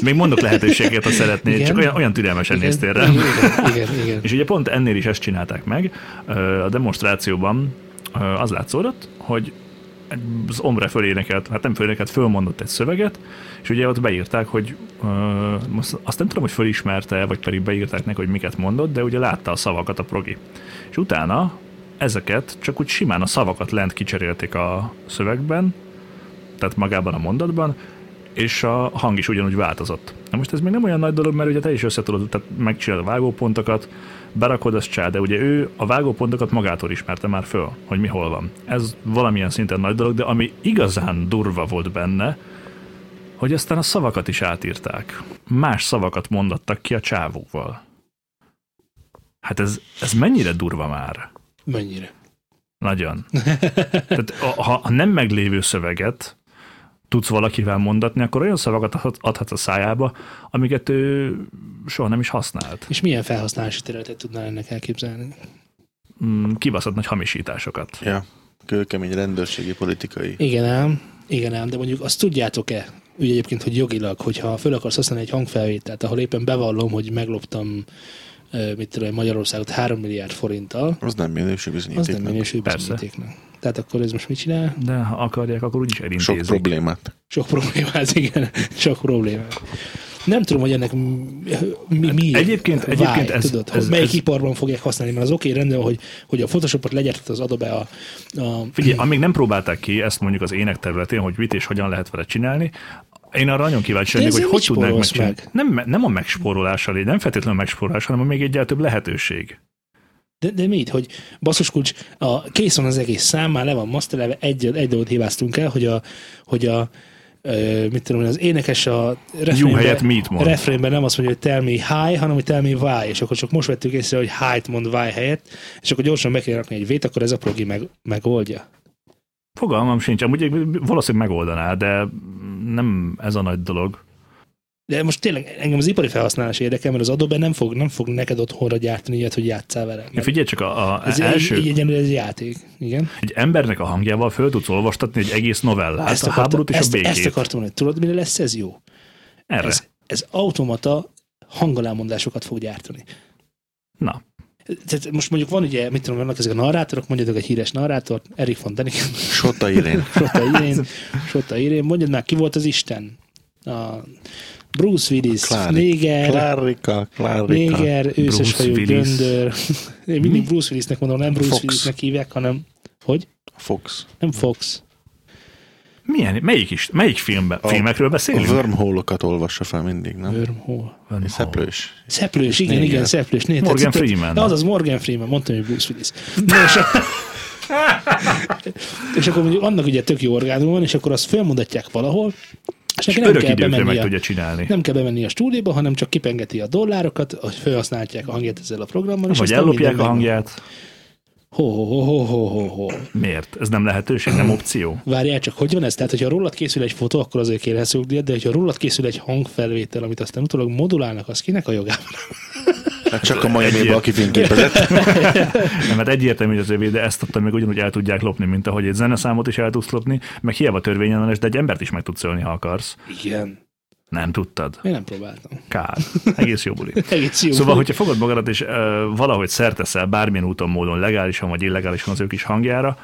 Még mondok lehetőséget, ha szeretnél,
Igen.
csak olyan, olyan türelmesen
igen,
néztél rá.
igen, igen, igen, igen.
És ugye pont ennél is ezt csinálták meg. Ö, A demonstrációban ö, az látszódott, hogy az ombre fölénekelt, hát nem fölénekelt, fölmondott egy szöveget, és ugye ott beírták, hogy ö, most azt nem tudom, hogy fölismerte, vagy pedig beírták neki, hogy miket mondott, de ugye látta a szavakat a progi. És utána ezeket csak úgy simán a szavakat lent kicserélték a szövegben, tehát magában a mondatban, és a hang is ugyanúgy változott. Na most ez még nem olyan nagy dolog, mert ugye te is összetudod, tehát megcsinálod a vágópontokat, berakod azt csá, de ugye ő a vágópontokat magától ismerte már föl, hogy mi hol van. Ez valamilyen szinten nagy dolog, de ami igazán durva volt benne, hogy aztán a szavakat is átírták. Más szavakat mondattak ki a csávóval. Hát ez, ez mennyire durva már?
Mennyire?
Nagyon. Tehát a- ha ha nem meglévő szöveget tudsz valakivel mondatni, akkor olyan szavakat ad- adhatsz a szájába, amiket ő soha nem is használt.
És milyen felhasználási területet tudnál ennek elképzelni?
Mm, Kibaszott nagy hamisításokat.
Ja, kőkemény rendőrségi politikai.
Igen ám, igen ám, de mondjuk azt tudjátok-e, ugye egyébként, hogy jogilag, hogyha föl akarsz használni egy hangfelvételt, ahol éppen bevallom, hogy megloptam ö, mit tudom, én, Magyarországot 3 milliárd forinttal,
Az nem
az nem
minőségbizonyítéknak.
minősül
Persze.
bizonyítéknak. Tehát akkor ez most mit csinál?
De ha akarják, akkor úgyis
Sok
elintézik.
problémát.
Sok problémát, igen, sok problémát. Nem tudom, hogy ennek mi, mi miért
Hát egyébként- egyébként
vágy,
ez-
tudod, hogy
ez-
melyik
ez-
iparban fogják használni, mert az oké, okay, rendben, van, hogy, hogy a Photoshopot legyártott az Adobe a, a
Figyelj, amíg nem próbálták ki ezt mondjuk az ének területén, hogy mit és hogyan lehet vele csinálni, én arra nagyon kíváncsi vagyok,
ezzel
hogy
mit
hogy tudnák
spórolsz
megcsinálni. Nem, nem a megspórolással, nem feltétlenül a megspórolás, hanem a még egyel több lehetőség.
De, de mit, hogy basszus kulcs, a, kész van az egész szám, már le van maszterelve, egy, egy dolgot hibáztunk el, hogy a, hogy a ö, mit tudom én, az énekes a
helyett mit mond?
refrénben nem azt mondja, hogy tell me high, hanem hogy tell me why, és akkor csak most vettük észre, hogy high-t mond why helyett, és akkor gyorsan meg kell rakni egy vét, akkor ez a progi meg, megoldja.
Fogalmam sincs, amúgy valószínűleg megoldaná, de nem ez a nagy dolog.
De most tényleg engem az ipari felhasználás érdekel, mert az Adobe nem fog, nem fog neked otthonra gyártani ilyet, hogy játszál vele.
Ja,
Mert
figyelj csak, a, a
Ez
első,
egy, egy, egyenlő ez játék. Igen.
egy embernek a hangjával föl tudsz olvastatni egy egész novellát, ezt a
akartam-
háborút és
ezt,
a békét.
Ezt akartam mondani. Tudod, mire lesz ez jó?
Erre.
Ez, ez automata hangalámondásokat fog gyártani.
Na,
Tehát most mondjuk van ugye, mit tudom, vannak ezek a narrátorok, mondjatok egy híres narrátort, Erik von Däniken,
Sota Irén.
Sota Irén, Sota Irén, mondjad már, ki volt az Isten? A Bruce Willis,
Klári-
Néger,
Klárika, Klárika.
Néger, őszös
Bruce
hajú
Willis.
göndör. Én mindig Bruce Willisnek mondom, nem Bruce
Fox.
Willisnek hívják, hanem hogy?
Fox.
Nem Fox.
milyen, melyik, is, melyik filmbe,
A-
filmekről
A
beszélünk?
wormhole-okat olvassa fel mindig, nem?
Wormhole.
Van-
Szeplős.
Szeplős, igen,
Néger.
igen, szeplős. Né,
Morgan
tetszett, hogy-
Freeman.
De az az Morgan Freeman, mondtam, hogy Bruce Willis. Na, és, és akkor mondjuk annak ugye tök jó orgánum van, és akkor azt felmondatják valahol, és
És
neki nem
örök
kell
időkre meg
bemennie.
tudja csinálni.
Nem kell bemenni a stúdióba, hanem csak kipengeti a dollárokat, hogy felhasználják a hangját ezzel a programmal. és
Vagy
aztán
ellopják a
minden megvan.
hangját.
Ho, ho, ho, ho, ho, ho, ho.
Miért? Ez nem lehetőség,
Hm.
nem opció.
Várjál csak, hogy van ez? Tehát, hogyha rólad készül egy fotó, akkor azért kérhetsz jogdíjat, de hogyha rólad készül egy hangfelvétel, amit aztán utólag modulálnak, az kinek a jogában?
Hát csak a Miami-ba, aki fényképezett.
Nem, hát egyértelmű, hogy az övé, de ezt ott még ugyanúgy el tudják lopni, mint ahogy egy zeneszámot is el tudsz lopni, meg hiába törvényellenes, de egy embert is meg tudsz ölni, ha akarsz.
Igen.
Nem tudtad.
Én nem próbáltam.
Kár. Egész jó buli.
Egész jó.
Szóval, hogyha fogod magadat és ö, valahogy szerteszel bármilyen úton, módon, legálisan vagy illegálisan az ők is hangjára,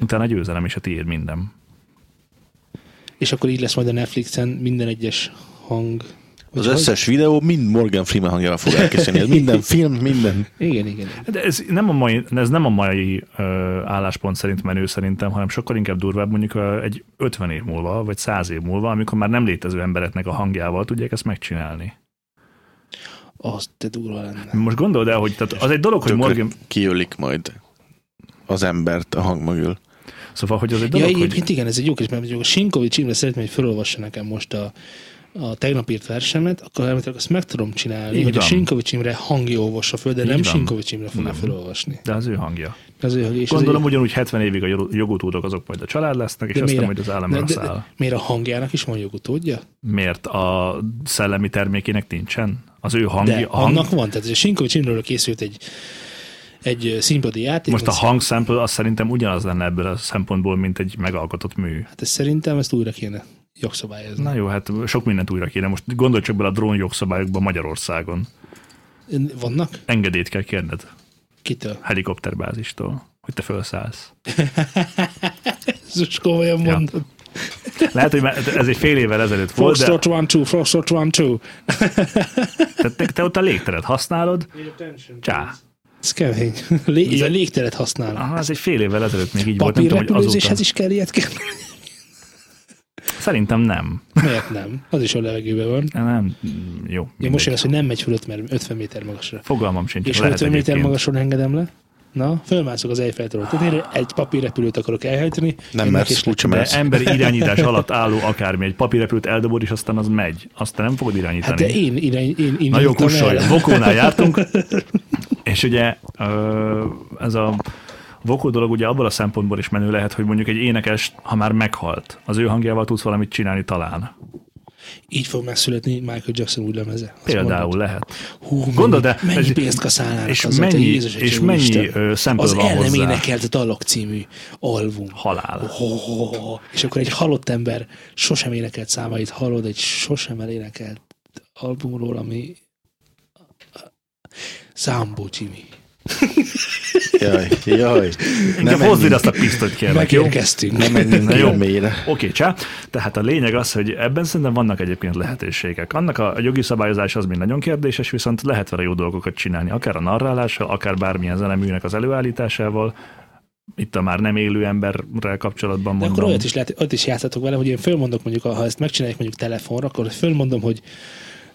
utána a győzelem és a tiéd minden.
És akkor így lesz majd a Netflixen minden egyes hang.
Az összes videó mind Morgan Freeman hangjával fog elkészülni. Ez minden film, minden.
Igen, igen.
De ez nem a mai, ez nem a mai ö, álláspont szerint menő szerintem, hanem sokkal inkább durvább mondjuk ö, egy 50 év múlva, vagy 100 év múlva, amikor már nem létező embereknek a hangjával tudják ezt megcsinálni.
Az te durva lenne.
Most gondold el, hogy tehát az egy dolog, hogy Morgan...
Kiölik majd az embert a hang mögül.
Szóval, hogy az
Ja,
egy dolog, hogy...
egyébként igen, ez egy jó kis, mert mondjuk a Sinkovics Imre szeretném, hogy felolvassa nekem most a a tegnap írt versemet, akkor elméletileg azt meg tudom csinálni,
Így
hogy a
van.
Sinkovics Imre hangja olvassa föl, de nem
van.
Sinkovics Imre fogja
Nem.
felolvasni.
De az ő hangja.
Az ő, és
Gondolom
az
ugyanúgy 70 évig a jog- jogutódok azok majd a család lesznek, és aztán majd az állam
de- de-
rossz áll.
miért a hangjának is van jogutódja?
Miért a szellemi termékének nincsen? Az ő
De
hangja, a hang,
annak van. Tehát a Sinkovics Imről készült egy, egy ö, színpadi játék.
most a
az-
hangszempől az szerintem ugyanaz lenne ebből a szempontból, mint egy megalkotott mű.
Hát ez szerintem ezt újra kéne jogszabályozni.
Na jó, hát sok mindent újra kéne. Most gondolj csak bele a drón jogszabályokba Magyarországon.
Vannak?
Engedélyt kell kérned
Kitől?
helikopterbázistól, hogy te felszállsz.
Zus, komolyan
Ja.
mondod.
Lehet, hogy már ez egy fél évvel ezelőtt volt, de
Foxtrot 1-2, Foxtrot 1-2.
te, te, te ott a légteret használod, csá.
Ez kemény. Lé- ja, légteret használ.
Aha, ez egy fél évvel ezelőtt még így volt, nem tudom, hogy azóta.
Papírrepülőzéshez is kell ilyet kell.
Szerintem nem.
Miért nem? Az is a levegőben van.
Nem, jó.
Ja,
mindegy.
most jön az, hogy nem megy fölött, mert 50 méter magasra.
Fogalmam sincs,
És
és
ha
lehet
50 méter
egyébként. Magas...
magasról engedem le, na, fölmászok az Eiffel-től. Tehát én egy papírrepülőt akarok elhelyteni.
Nem
ennek
mersz,
is-
úgysem
De
mersz.
emberi irányítás alatt álló akármi, egy papírrepülőt eldobod, és aztán az megy. Aztán nem fogod
Hát
irányítani.
de én, én, én, én, én
Na jó,
indultam
kussolj,
el.
Vokónál jártunk, és ugye ö, ez a Vokó dolog ugye abban a szempontból is menő lehet, hogy mondjuk egy énekes, ha már meghalt, az ő hangjával tudsz valamit csinálni talán.
Így fog megszületni Michael Jackson új lemeze. Azt
Például
mondod.
lehet.
Hú, mennyi,
Gondold, de
mennyi
ez-
pénzt kaszálnának
és
azzal,
mennyi-
te Jézus,
és
Atya
mennyi,
Úristen.
ö, sample
Az
van
el nem
hozzá.
énekelt dalok című album.
Halál.
Ho, ho, ho, ho. És akkor egy halott ember sosem énekelt számait hallod, egy sosem elénekelt albumról, ami Számbo Jimmy.
Jaj, jaj.
Inkább
menjünk-
hozd ide azt a pisztolyt kérlek, jó?
Megérkeztünk.
Nem menjünk
Na jó.
nagyon mélyre.
Oké, csá. Tehát a lényeg az, hogy ebben szerintem vannak egyébként lehetőségek. Annak a a jogi szabályozás az még nagyon kérdéses, viszont lehet vele jó dolgokat csinálni, akár a narrálással, akár bármilyen zeneműnek az előállításával. Itt a már nem élő emberrel kapcsolatban
De
mondom.
akkor olyat is lehet, ott is játszhatok vele, hogy én fölmondok mondjuk, ha ezt megcsináljuk mondjuk telefonra, akkor fölmondom, hogy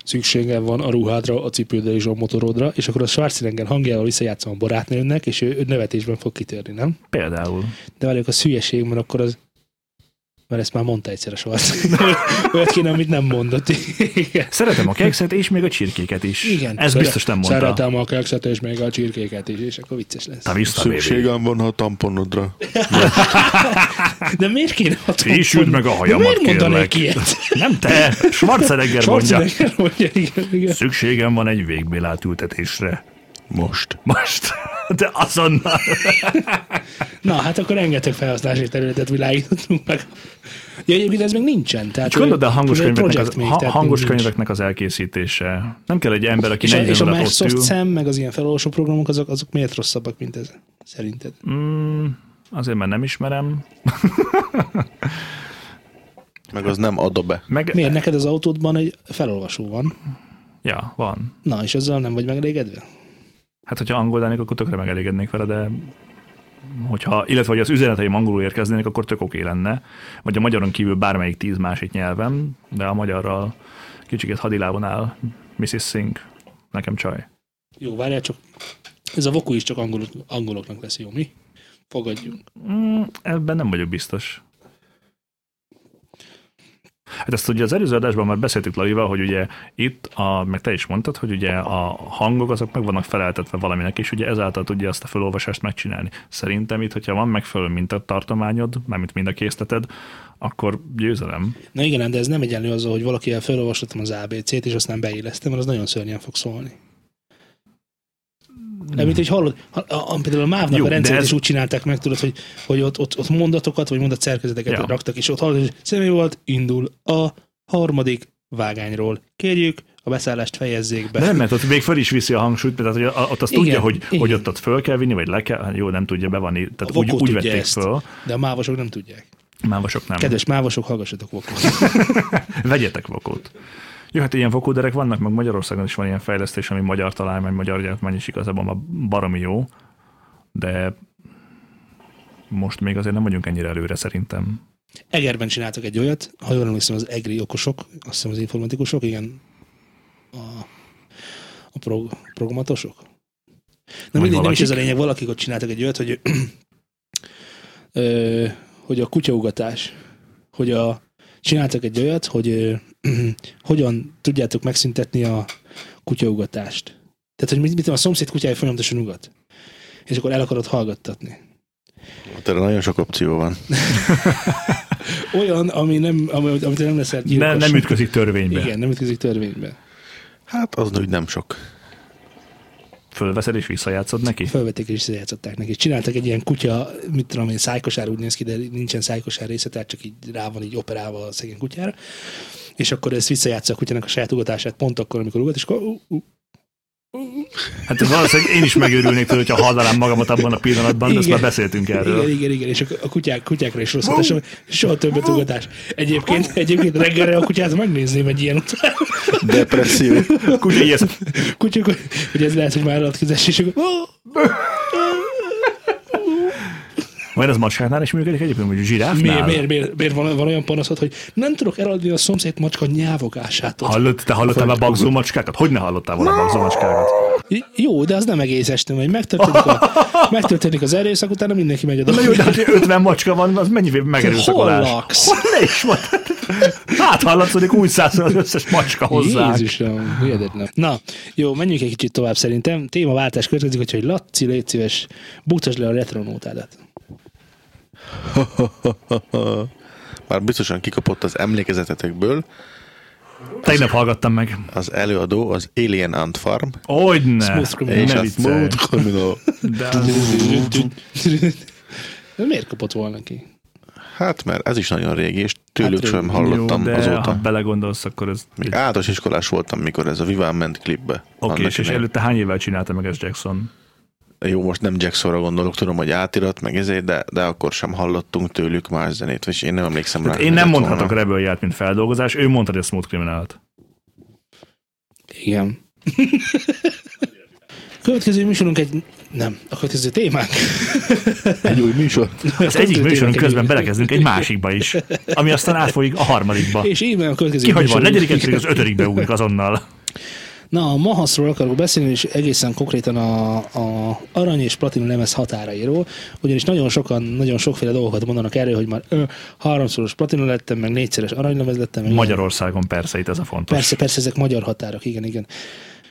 szükségem van a ruhádra, a cipődre és a motorodra, és akkor a Schwarzenegger hangjával visszajátszom a barátnőmnek, és ő ő nevetésben fog kitörni, nem?
Például.
De várjuk, a hülyeség, mert akkor az mert ezt már mondta egyszer a Schwarzenegger. Olyat kéne, amit nem mondott. Igen.
Szeretem a kekszet és még a csirkéket is.
Igen.
Ez
Szere-
biztos nem mondta.
Szeretem a kekszet és még a csirkéket is, és akkor vicces lesz.
Ta vissza, baby.
Szükségem van a tamponodra.
De miért kéne a
Is Hát, üld meg a hajamat,
miért mondanék
kérlek.
ilyet?
Nem te, Schwarzenegger mondja.
Schwarzenegger mondja, igen, igen.
Szükségem van egy végbélát ültetésre.
Most.
Most, de azonnal.
Na, hát akkor rengeteg felhasználási területet világítottunk meg. Ja, egyébként ez még nincsen. Tehát
És gondolod, de a hangos,
ez Hát egy
könyveknek
projekt
az,
még,
ha,
tehát
hangos
nincs.
könyveknek az elkészítése. Nem kell egy ember, aki
És a,
40
és a
órát ott ül.
Microsoft szem, meg az ilyen felolvasó programok, azok, azok miért rosszabbak, mint ez? Szerinted?
Mm, azért, mert nem ismerem.
Meg az nem Adobe.
Meg,
Miért neked az autódban egy felolvasó van?
Ja, van.
Na, és azzal nem vagy megelégedve?
Hát, hogyha angoldánék, akkor tökre megelégednék vele, de hogyha, illetve hogy az üzeneteim angolul érkeznének, akkor tök oké lenne. Vagy a magyaron kívül bármelyik tíz másik nyelven, de a magyarral kicsiket hadilábon áll Mrs. Singh. Nekem csaj.
Jó, várjál csak. Ez a voku is csak angol, angoloknak lesz jó, mi? Fogadjunk.
Mm, ebben nem vagyok biztos. Hát ezt ugye az előző adásban már beszéltük Lavival, hogy ugye itt, a, meg te is mondtad, hogy ugye a hangok azok meg vannak feleltetve valaminek, és ugye ezáltal tudja azt a felolvasást megcsinálni. Szerintem itt, hogyha van megfelelő mintatartományod, mármint mind a készleted, akkor győzelem.
Na igen, ám, de ez nem egyenlő azzal, hogy valakivel felolvashatom az ABC-t, és aztán beillesztem, mert az nagyon szörnyen fog szólni. De mint hogy hallod, ha, a, a, például a mávnak
Jó,
a rendszert
de ez-
is úgy csinálták meg, tudod, hogy, hogy ott, ott, ott mondatokat, vagy mondat szerkezeteket
Ja.
ja. raktak, és ott hallod, hogy személy volt, indul a harmadik vágányról. Kérjük, a beszállást fejezzék be.
Nem, mert ott még föl is viszi a hangsúlyt, mert tehát, hogy a- ott azt
Igen,
tudja, hogy, hogy
igen.
ott, ott föl kell vinni, vagy le kell, hát jó, nem tudja, be van így, tehát
A
úgy,
Vokó
úgy
tudja
vették
ezt.
föl.
De a mávosok nem tudják.
Mávosok nem.
Kedves mávosok, hallgassatok vokot.
Vegyetek vakót. Jó, hát ilyen vakóderek vannak, meg Magyarországon is van ilyen fejlesztés, ami magyar találmány, magyar gyártmány is igazából ma baromi jó, de most még azért nem vagyunk ennyire előre szerintem.
Egerben csináltak egy olyat, ha jól emlékszem, az egri okosok, azt hiszem az informatikusok, igen, a, a prog, programatosok. Na mindegy, nem is
valakik?
ez a lényeg, valakik ott csináltak egy olyat, hogy, ö, hogy a kutyaugatás, hogy a csináltak egy olyat, hogy ö, hogyan tudjátok megszüntetni a kutyaugatást. Tehát, hogy mit, mit tudom, a szomszéd kutyája folyamatosan ugat. És akkor el akarod hallgattatni.
Hát erre nagyon sok opció van.
Olyan, ami nem, ami, amit nem leszel
Ne,
gyilkos.
nem ütközik törvénybe. Igen.
Igen, nem ütközik törvénybe.
Hát az úgy nem sok.
Fölveszed és visszajátszod neki?
Felvették és játszották neki. Csináltak egy ilyen kutya, mit tudom én, szájkosár úgy néz ki, de nincsen szájkosár része, tehát csak így rá van így operálva a szegény kutyára. És akkor ezt visszajátsza a kutyának a saját ugatását pont akkor, amikor ugat, és akkor uh, ú, ú,
Hát valószínűleg én is megőrülnék tőle, hogyha hallanám magamat abban a pillanatban, de ezt már
Igen.
beszéltünk erről.
Igen, igen, igen, és a- a kutyák, kutyákra is rossz hatás, soha többet ugatás. Egyébként, egyébként reggelre a kutyát megnézném egy ilyen után.
Depresszió.
Kutya ijesz-
Kutya, hogy ez lehet, hogy már alatkizás, és akkor...
Majd az macskánál is működik egyébként, hogy
Miért,
zsiráfnál?
miért, miért, miért van, van olyan panaszod, hogy nem tudok eladni a szomszéd macska nyávogásától.
Hallott, te hallottál már bagzó macskákat? Hogy ne hallottál volna bagzó macskákat?
J- Jó, de az nem egész este, hogy megtörténik, a, megtörténik az erőszak, utána mindenki megy oda.
Na jó, de ha 50 macska van, az mennyi megerőszakolás?
Hol laksz?
Hol ne is van? Hát hallatszódik úgy százszor az összes macska hozzá.
Jézusom, hihetetlen. Na, jó, menjünk egy kicsit tovább szerintem. Témaváltás következik, úgyhogy Laci, légy szíves, buktasd le a retronótádat.
Már biztosan kikapott az emlékezetetekből.
Tegnap hallgattam meg.
Az előadó az Alien Ant Farm.
Hogy ne?
Smooth criminal.
És
Ne
a
viccelj.
Smooth Criminal.
De-
De miért kapott volna ki?
Hát mert ez is nagyon régi, és tőlük
Hát,
sem hallottam
Jó, de Ha
azóta.
belegondolsz, akkor ez...
Még általános iskolás voltam, mikor ez a Viván ment klipbe.
Oké,
Annak
és, és
idején.
előtte hány évvel csinálta meg ezt Jackson?
Jó, most nem Jacksonra gondolok, tudom, hogy átirat, meg ezért, de, de akkor sem hallottunk tőlük más zenét, és én nem emlékszem rá.
Tehát Hát én
hogy
nem
lett
mondhatok
volna.
Rebelját, mint feldolgozás, ő mondta, hogy a Smooth Criminalt.
Igen. Következő műsorunk egy... Nem, a következő témánk.
Egy új műsor.
Az egyik műsorunk közben belekezdünk egy másikba is, ami aztán átfolyik a harmadikba.
És így a következő
Ki hogy van,
műsorunk.
negyediket, pedig az ötödikbe ugrik azonnal.
Na, a Mahaszról akarok beszélni, és egészen konkrétan a, a arany és platinum lemez határairól, ugyanis nagyon sokan, nagyon sokféle dolgokat mondanak erről, hogy már ö, háromszoros platinum lettem, meg négyszeres aranylemez lettem. Meg
Magyarországon persze itt ez a fontos.
Persze, persze, ezek magyar határok, igen, igen.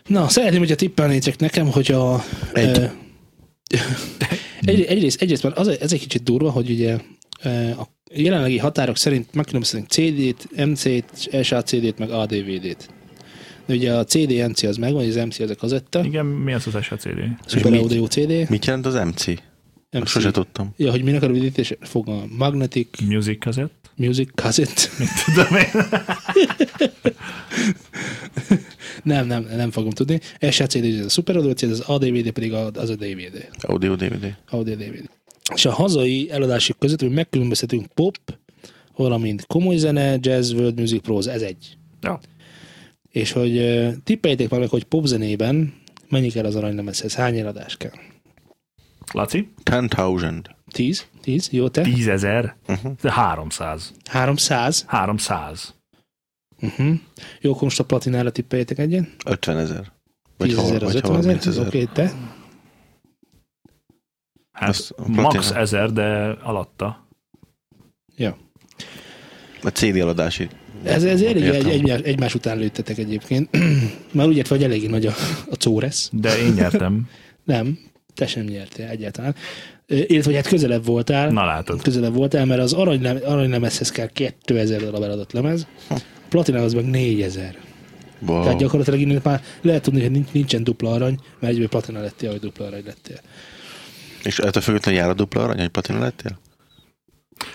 Na, szeretném, hogyha tippelnétek nekem, hogy a...
Egy.
Ö, egy egyrészt, egyrészt már az, ez egy kicsit durva, hogy ugye ö, a jelenlegi határok szerint megkülönböztetünk CD-t, MC-t, SACD-t, meg ADVD-t. De ugye a CD, MC az megvan, és az MC ezek közötte.
Igen, mi az az SACD?
Super
mit?
Audio CD.
Mit jelent az MC?
MC.
Sose tudtam.
Ja, hogy minek a rövidítés fog a Magnetic
Music Cassette?
Music Cassette.
Tudom én.
nem, nem, nem fogom tudni. SACD az a Super Audio CD, az ADVD pedig a- az a DVD.
Audio DVD.
Audio DVD. És a hazai eladások között mi megkülönböztetünk pop, valamint komoly zene, jazz, world music, prose, ez egy.
Ja.
És hogy ö, tippeljétek már meg, hogy popzenében mennyi kell az aranylemezhez, hány eladás kell?
Laci?
10,000.
10? 10? Jó, te?
10 ezer?
Uh-huh.
De 300.
300?
300.
Uh-huh. Jó, akkor most a platinára tippeljétek egyen.
50 ezer.
10 ezer az 50 ezer? Oké, te?
Hát
Ez a
max
platina.
ezer, de alatta.
Ja.
A CD eladási.
Ez, ez elég
Értem.
egy, egymás, egymás után lőttetek egyébként. Már úgy értve, hogy eléggé nagy a, a córesz.
De én nyertem.
Nem, te sem nyertél egyáltalán. Ö, Illetve, hogy hát közelebb voltál.
Na látod.
Közelebb voltál, mert az aranylem, aranylemezhez kell 2000 darab eladott lemez, platinához meg 4000.
Wow.
Tehát gyakorlatilag innen már lehet tudni, hogy nincs- nincsen dupla arany, mert egyből platina lettél, vagy dupla arany lettél.
És ettől függetlenül jár a dupla arany, hogy platina lettél?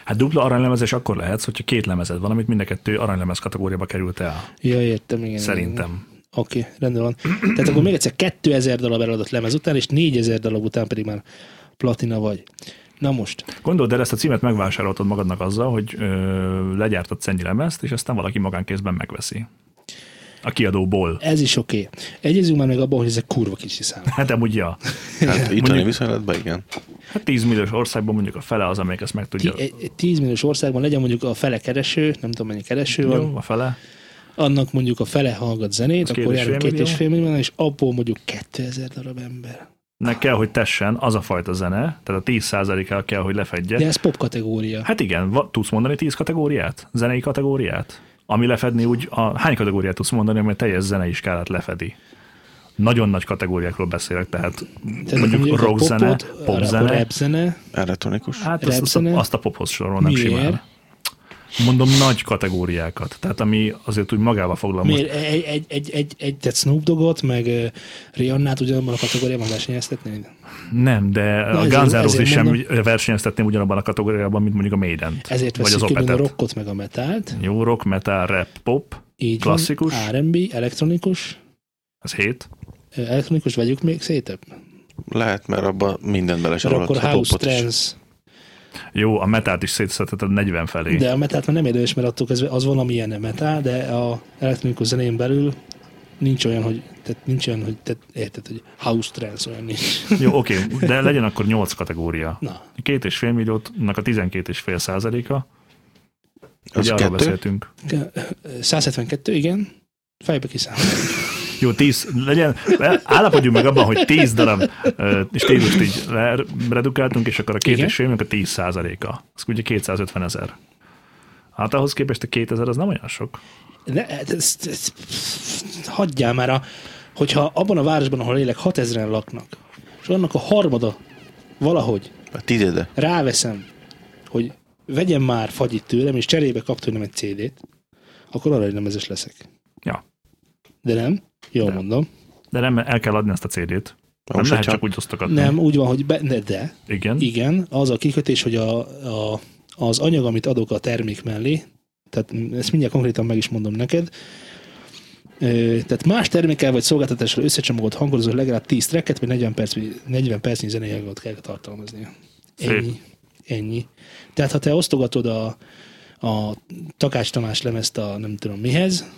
Hát dupla aranylemezes akkor lehetsz, hogyha két lemezed van, amit mind a kettő aranylemez kategóriába került el.
Ja, értem, igen. igen, igen.
Szerintem.
Oké, okay, rendben van. Tehát akkor még egyszer 2000 darab eladott lemez után, és 4000 darab után pedig már platina vagy. Na most,
Gondold el, ezt a címet megvásároltad magadnak azzal, hogy ö, legyártad szennyi lemezt, és aztán valaki magánkézben megveszi. A kiadóból.
ez is oké. Okay. Egyezünk már meg abban, hogy ezek kurva kicsi szám.
Hát amúgy ja.
Hát itteni
Mondjuk-
viszonylatban igen.
Hát 10 milliós országban mondjuk a fele az, amelyik ezt meg tudja.
Ti, egy, egy 10 milliós országban legyen mondjuk a fele kereső, nem tudom mennyi kereső van,
Jó, a fele.
annak mondjuk a fele hallgat zenét,
Az
akkor
két és
jár
fél
két és
millió.
fél millió, és abból mondjuk 2000 darab ember.
nek kell, hogy tessen az a fajta zene, tehát a 10%-ára kell, hogy lefedje.
De ez pop kategória.
Hát igen, va- tudsz mondani 10 kategóriát? Zenei kategóriát? Ami lefedni úgy, a, hány kategóriát tudsz mondani, ami a teljes zenei skálát lefedi? Nagyon nagy kategóriákról beszélek, tehát, tehát mondjuk, mondjuk
a
rock zene,
popot,
pop
a- a
zene,
rap zene,
Elektronikus?
hát azt, azt,
rapzene.
a, azt a pophoz sorolnak
Miért?
simán. Mondom nagy kategóriákat, tehát ami azért úgy magába foglal most.
Miért? Egy, egy, egy, egy, egy, tehát Snoop Dogot, meg ö, Rihannát ugyanabban a kategóriában versenyeztetnéd?
Nem, de a
ezért-
Guns N' Roses
ezért
sem
mondom.
ügy- versenyeztetném ugyanabban a kategóriában, mint mondjuk a maiden
Ezért
vagy az
veszik külön a
Opetet.
rockot, meg a metált.
Jó, rock, metal, rap, pop,
Így
klasszikus,
Van, R&B, elektronikus.
ez hét.
Ö, Elektronikus vegyük még szétebb.
Lehet, mert abban mindent
Mert
belesorolhatsz,
akkor
a
house,
popot is.
trance.
Jó, a metált is szétszedheted 40 felé.
De a metált már nem érdekes, mert attól kezdve az van, ami ilyen metál, de a elektronikus zenén belül nincs olyan, hogy, tehát nincs olyan, hogy tehát érted, hogy house trance olyan nincs.
Jó, oké, de legyen akkor 8 kategória.
Na,
Két és fél milliótnak a 12,5 százaléka.
Az
Ugye arról
kettő?
beszéltünk.
ö, ö, 172, igen. Fejbe kiszám.
Jó, 10, legyen, e, állapodjunk meg abban, hogy 10 darab ö, stílust így le- redukáltunk, és akkor a két
Igen.
és fél millió, a 10 százaléka. Az ugye 250 ezer. Hát ahhoz képest a 2000 az nem olyan sok.
Ne, ez, ez, ez, hagyjál már, a, hogyha abban a városban, ahol élek, 6000-en laknak, és annak a harmada valahogy
A tizede.
ráveszem, hogy vegyem már fagyit tőlem, és cserébe kap tőlem egy CD-t, akkor arra lemezes leszek.
Ja.
De nem? Jól
Nem.
mondom.
De nem, el kell adni ezt a CD-t. Nem
Most,
lehet
hogyha
csak úgy osztogatni.
Nem, úgy van, hogy be, de, de
Igen.
igen, az a kikötés, hogy a, a, az anyag, amit adok a termék mellé, tehát m- ezt mindjárt konkrétan meg is mondom neked, Ö, tehát más termékkel vagy szolgáltatással összecsomagolt hangozó legalább 10 tracket, vagy 40 perc, 40 percnyi zenei anyagot kell tartalmaznia.
Szép.
Ennyi. Ennyi. Tehát ha te osztogatod a, a Takács Tamás lemezt a nem tudom mihez,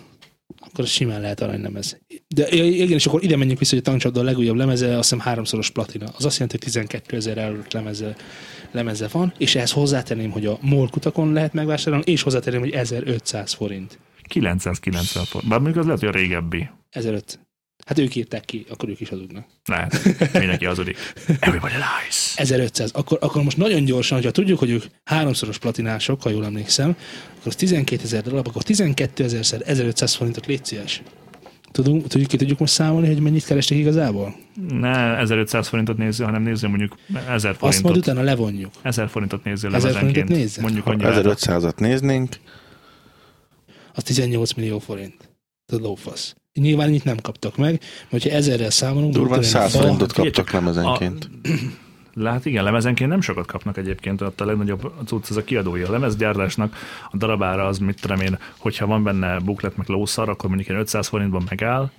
akkor az simán lehet aranylemez. De ja, igen, és akkor ide menjünk vissza, hogy a tankcsapda a legújabb lemeze, azt hiszem háromszoros platina. Az azt jelenti, hogy 12 ezer eurós lemeze, lemeze van, és ehhez hozzátenném, hogy a MOL kutakon lehet megvásárolni, és hozzátenném, hogy 1500 forint.
990 forint. Bár mondjuk az lehet, hogy a régebbi.
1500. Hát ők írták ki, akkor ők is hazudnak.
Lehet. Mindenki hazudik. Everybody lies.
1500. Akkor, akkor most nagyon gyorsan, hogyha tudjuk, hogy ők háromszoros platinások, ha jól emlékszem, akkor az 12 ezer darab, akkor 12 ezerszer 1500 forintot légy szíves. Tudunk, tudjuk, ki tudjuk most számolni, hogy mennyit kerestek igazából?
Ne 1500 forintot nézzél, hanem nézzél mondjuk 1000
Azt majd
forintot.
utána levonjuk.
1000 forintot nézzél
1000
lemezenként.
forintot nézzek?
Mondjuk
ha
annyira.
1500-at néznénk,
Az 18 millió forint. Ez a lófasz. Nyilván itt nem kaptak meg, mert ha ezerrel számolunk,
durván
akkor
100
olyan-
forintot
figyelj
kaptak lemezenként.
Lát, igen, lemezenként nem sokat kapnak egyébként, ott a legnagyobb cucc az a kiadói. A lemezgyárlásnak a darabára az, mit tudom én, hogyha van benne buklet meg lószar, akkor mondjuk ilyen 500 forintban megáll,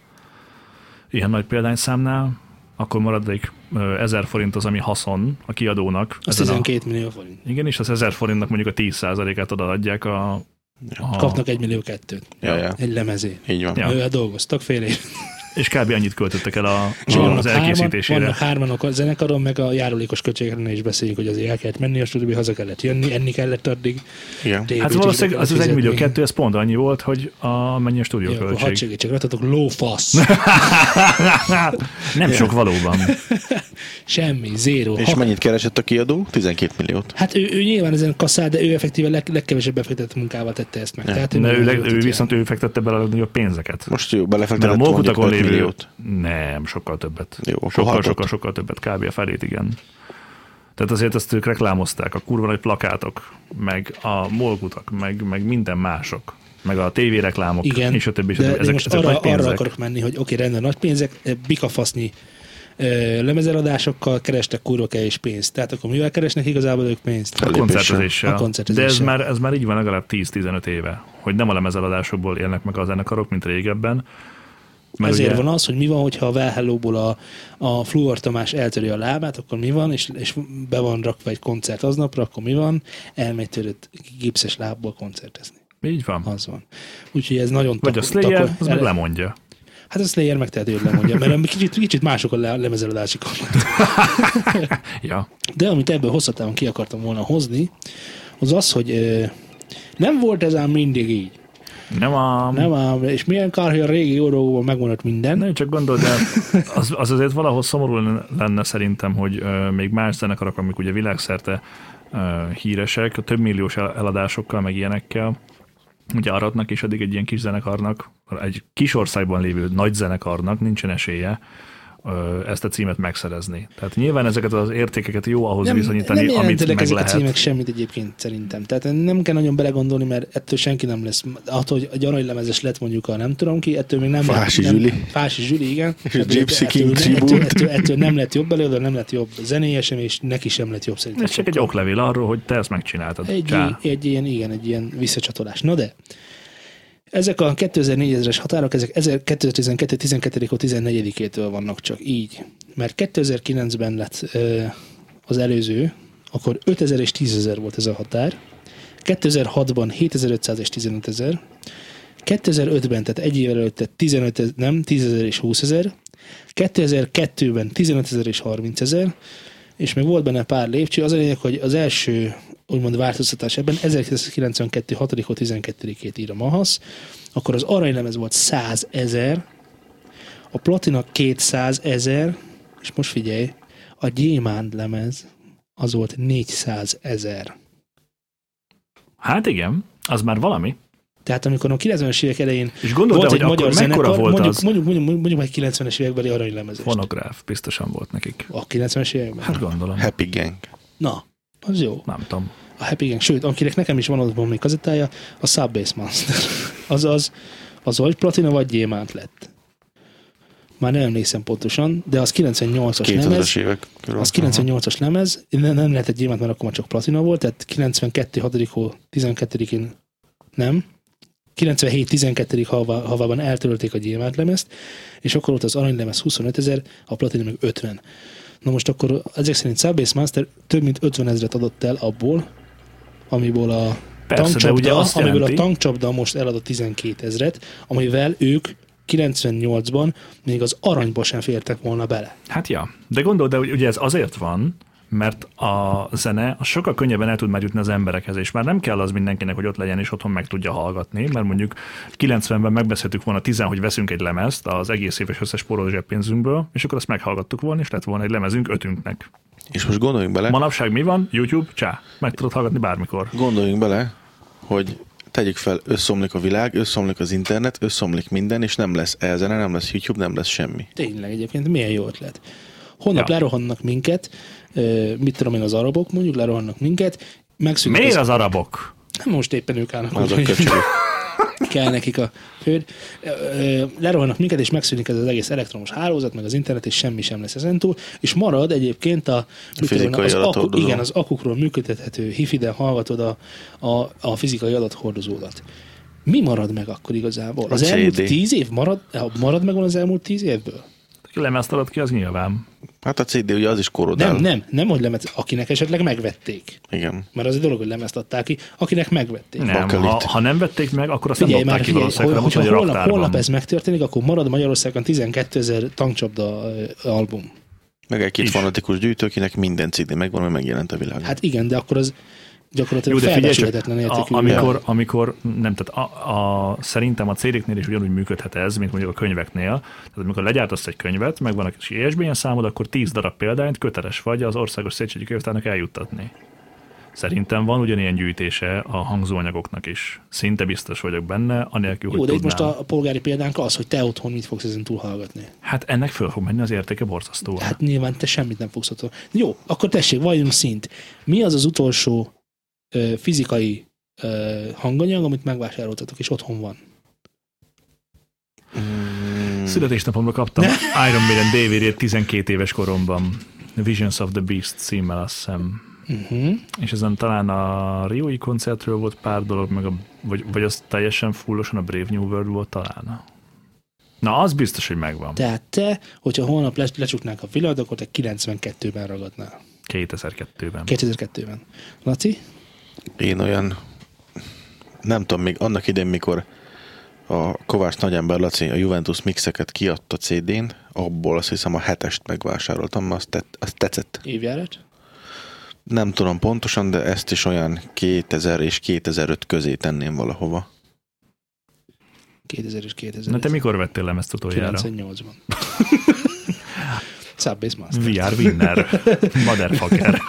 ilyen nagy példányszámnál, akkor maradék ö, 1000 forint az, ami haszon a kiadónak.
Az
ezen a-
12 millió forint.
Igen, és az 1000 forintnak mondjuk a 10%-át odaadják a... a
Kapnak 1 millió kettőt.
Ja, ja.
Egy lemezén.
Így van.
Ja.
Ja. Ővel dolgoztak fél év.
És kb. annyit költöttek el a,
És
a,
vannak hárman,
az
vannak
elkészítésére.
hárman a zenekaron, meg a járulékos költségekre is beszéljük, hogy azért el kellett menni a stúdióba, haza kellett jönni, enni kellett addig.
Igen.
délután
Hát
is be
valószínűleg az
kellett
az 1 millió
fizetni.
2, ez pont annyi volt, hogy a, mennyi a
Jó,
stúdió
akkor hadd
költség.
segítsek, rajtatok lófasz.
Hát, Nem sok valóban.
Semmi, zéro.
És
Hat-
mennyit keresett a kiadó? 12 milliót.
Hát ő, ő nyilván ezen kasszál, de ő effektíve leg, legkevesebb befektetett munkával tette ezt meg. Tehát
De
nagyon
ő, leg,
jól
ő
tudja.
viszont ő fektette bele a legnagyobb pénzeket.
Most jó,
Mert a
belefektetett mondjuk
molkutakon
5
lévő...
milliót.
Nem, sokkal többet.
Jó, akkor
sokkal,
hatot.
sokkal, sokkal többet, kb. a felét, igen. Tehát azért ezt ők reklámozták, a kurva nagy plakátok, meg a molkutak, meg, meg minden mások, meg a tévéreklámok,
Igen,
és a többi, és a
de,
többi.
de
Ezek,
most
ezek
arra,
nagy pénzek.
arra akarok menni, hogy oké, rendben, nagy pénzek, eh, bikafasznyi eh, lemezeladásokkal kerestek kurva kevés pénzt. Tehát akkor mivel keresnek igazából ők pénzt?
A
koncertezéssel.
A
De
koncertezéssel.
ez már, ez már így van legalább 10-15 éve, hogy nem a lemezeladásokból élnek meg a zenekarok, mint régebben. Mert
Ezért
ugye-
van az, hogy mi van, hogyha a Well Hello-ból a, a Fluor Tamás eltöri a lábát, akkor mi van, és, és be van rakva egy koncert aznapra, akkor mi van, elmegy törött gipszes lábból koncertezni.
Így van.
Az van. Úgyhogy ez nagyon...
Vagy a
tako-
Slayer,
tako-
az meg
ele-
lemondja.
Hát a Slayer megtehető, hogy lemondja, mert kicsit, kicsit mások a le- lemezeladási korlátok.
Ja.
De amit ebből hosszú távon ki akartam volna hozni, az az, hogy ö, nem volt ez ám mindig így.
Nem ám.
Nem ám, és milyen kár, hogy a régi jó dolgokban megmaradt minden.
Nem, csak gondolj, de az, az azért valahol szomorú lenne- lenne szerintem, hogy ö, még más zenekarok, amik ugye világszerte ö, híresek, több milliós el- eladásokkal, meg ilyenekkel, ugye aratnak, és addig egy ilyen kis zenekarnak, egy kis országban lévő nagy zenekarnak nincsen esélye ö, ezt a címet megszerezni. Tehát nyilván ezeket az értékeket jó ahhoz nem, viszonyítani,
nem
amit
jelentenek
meg
ezek
lehet.
a címek semmit egyébként szerintem. Tehát nem kell nagyon belegondolni, mert ettől senki nem lesz. Attól, hogy egy aranylemezes lett mondjuk a nem tudom ki, ettől még nem
Fási
lett, nem-
Zsüli.
Fási Zsüli, igen.
És
Ettől-
Gypsy
ettől-
King
ettől-
tribute.
ettől, ettől, nem lett jobb előadó, nem lett jobb zenéje sem, és neki sem lett jobb szerintem.
Ez csak egy oklevél arról, hogy te ezt megcsináltad.
Egy,
Csá.
egy ilyen, igen, egy ilyen visszacsatolás. Na de, ezek a 2004-es határok, ezek 2012 12 14-től vannak csak így. Mert 2009-ben lett ö, az előző, akkor 5000 és 10000 volt ez a határ. 2006-ban 7500 és 15000. 2005-ben, tehát egy évvel előtte 15 ez- nem, 10.000 és 20.000, 2002-ben 15.000 és 30.000, és még volt benne pár lépcső, az a lényeg, hogy az első úgymond változtatás ebben 1992. 6. 12-ét ír a Mahasz, akkor az aranylemez volt 100 ezer, a platina 200 ezer, és most figyelj, a gyémánt lemez az volt 400 ezer.
Hát igen, az már valami.
Tehát amikor a 90-es évek elején
És gondoltam,
volt egy
hogy akkor
magyar
mekkora
zenekar,
volt
mondjuk,
az
mondjuk, mondjuk, mondjuk, mondjuk egy 90-es évekbeli aranylemezést.
fonográf, biztosan volt nekik.
A 90-es években?
Hát gondolom.
Happy Gang.
Na, az jó.
Nem tudom.
A Happy Gang, sőt, akinek nekem is van otthon még kazettája, a Subbase Monster. Azaz, az vagy platina, vagy gyémánt lett. Már nem emlékszem pontosan, de az 98-as lemez.
2000-es évek. körül.
Az 98-as lemez, ne, nem lehetett gyémánt, mert akkor már csak platina volt, tehát 92. 6. 12-én nem. 97. 12. Havá, havában eltörölték a gyémánt lemezt, és akkor volt az aranylemez 25 ezer, a platina meg 50. Na most akkor ezek szerint Subbase Master több mint 50 ezeret adott el abból, amiből a
Persze, de ugye
tankcsapda,
azt
amiből
jelenti,
a tankcsapda most eladott 12 ezret, amivel ők 98-ban még az aranyba sem fértek volna bele.
Hát ja, de gondold, de ugye ez azért van, mert a zene az sokkal könnyebben el tud már jutni az emberekhez, és már nem kell az mindenkinek, hogy ott legyen és otthon meg tudja hallgatni, mert mondjuk 90-ben megbeszéltük volna 10, hogy veszünk egy lemezt az egész éves összes spóroló zseppénzünkből, és akkor azt meghallgattuk volna, és lett volna egy lemezünk ötünknek.
És most gondoljunk bele,
Manapság mi van? YouTube? Csá, meg tudod hallgatni bármikor.
Gondoljunk bele, hogy tegyük fel, összomlik a világ, összomlik az internet, összomlik minden, és nem lesz elzene, nem lesz YouTube, nem lesz semmi.
Tényleg egyébként milyen jó ötlet. Honnan
Ja.
ja. lerohannak minket, ö, mit tudom én, az arabok mondjuk lerohannak minket, megszűnik
Miért
az,
az arabok?
nem most éppen ők állnak,
Az a
úgyhogy
köcsög.
kell nekik a főd, Ö, ö, lerohannak minket, és megszűnik ez az egész elektromos hálózat, meg az internet, és semmi sem lesz ezentúl, és marad egyébként a, mit tudom én,
fizikai
az, aku,
adathordozó.
igen, az akukról működtethető hifiden hallgatod a, a, a fizikai adathordozódat. Mi marad meg akkor igazából? Az
CD.
elmúlt tíz év marad, marad meg van az elmúlt tíz évből?
Aki lemezt adott ki, az nyilván.
Hát a CD ugye az is korodál.
Nem, nem, nem, hogy lemez, akinek esetleg megvették.
Igen.
Mert az egy dolog, hogy lemezt adták ki, akinek megvették.
Nem,
Bakelit.
ha, ha, nem vették meg, akkor azt
Figyelj
nem
már,
dobták ki
figyelj, hogy,
valószínűleg,
hogyha
hogy a
holnap,
raktárban.
holnap ez megtörténik, akkor marad Magyarországon 12 ezer tankcsapda ö, album.
Meg egy két
Is.
fanatikus gyűjtő, akinek minden CD megvan, mert megjelent a világon. Hát,
Hát igen, de akkor az gyakorlatilag
Jó, de figyelj csak,
felbecsülhetetlen értékű.
a, amikor, amikor, nem, tehát a, a, szerintem a cégeknél is ugyanúgy működhet ez, mint mondjuk a könyveknél. Tehát amikor legyártasz egy könyvet, megvan a kis ISBN számod, akkor 10 darab példányt köteles vagy az Országos Széchenyi Könyvtárnak eljuttatni. Szerintem van ugyanilyen gyűjtése a hangzóanyagoknak is. Szinte biztos vagyok benne, anélkül, hogy
Jó, de itt
tudnám.
most a, a polgári példánk az, hogy te otthon mit fogsz ezen túlhallgatni.
Hát ennek föl fog menni az értéke borzasztóan.
Hát nyilván te semmit nem fogsz otthon. Jó, akkor tessék, valljunk szint. Mi az az utolsó ö, fizikai ö, hanganyag, amit megvásároltatok, és otthon van?
Mm. Születésnapomra kaptam Iron Maiden dvd 12 éves koromban. Visions of the Beast címmel azt hiszem.
Uh-huh.
És ezen talán a Rioi koncertről volt pár dolog, meg a, vagy, vagy az teljesen fullosan a Brave New World volt talán. Na, az biztos, hogy megvan.
Tehát te, hogyha holnap le- lecsuknánk a világot, akkor te 92-ben ragadnál.
2002-ben.
2002-ben. Laci?
Én olyan, nem tudom, még annak idején, mikor a Kovács Nagyember Laci a Juventus mixeket kiadta CD-n, abból azt hiszem a hetest megvásároltam, mert azt, tett, azt tetszett.
Évjárat?
Nem tudom pontosan, de ezt is olyan 2000 és 2005 közé tenném valahova.
2000 és 2000.
Na te mikor vettél lemezt utoljára?
98-ban. Subbase Master.
VR winner. Motherfucker.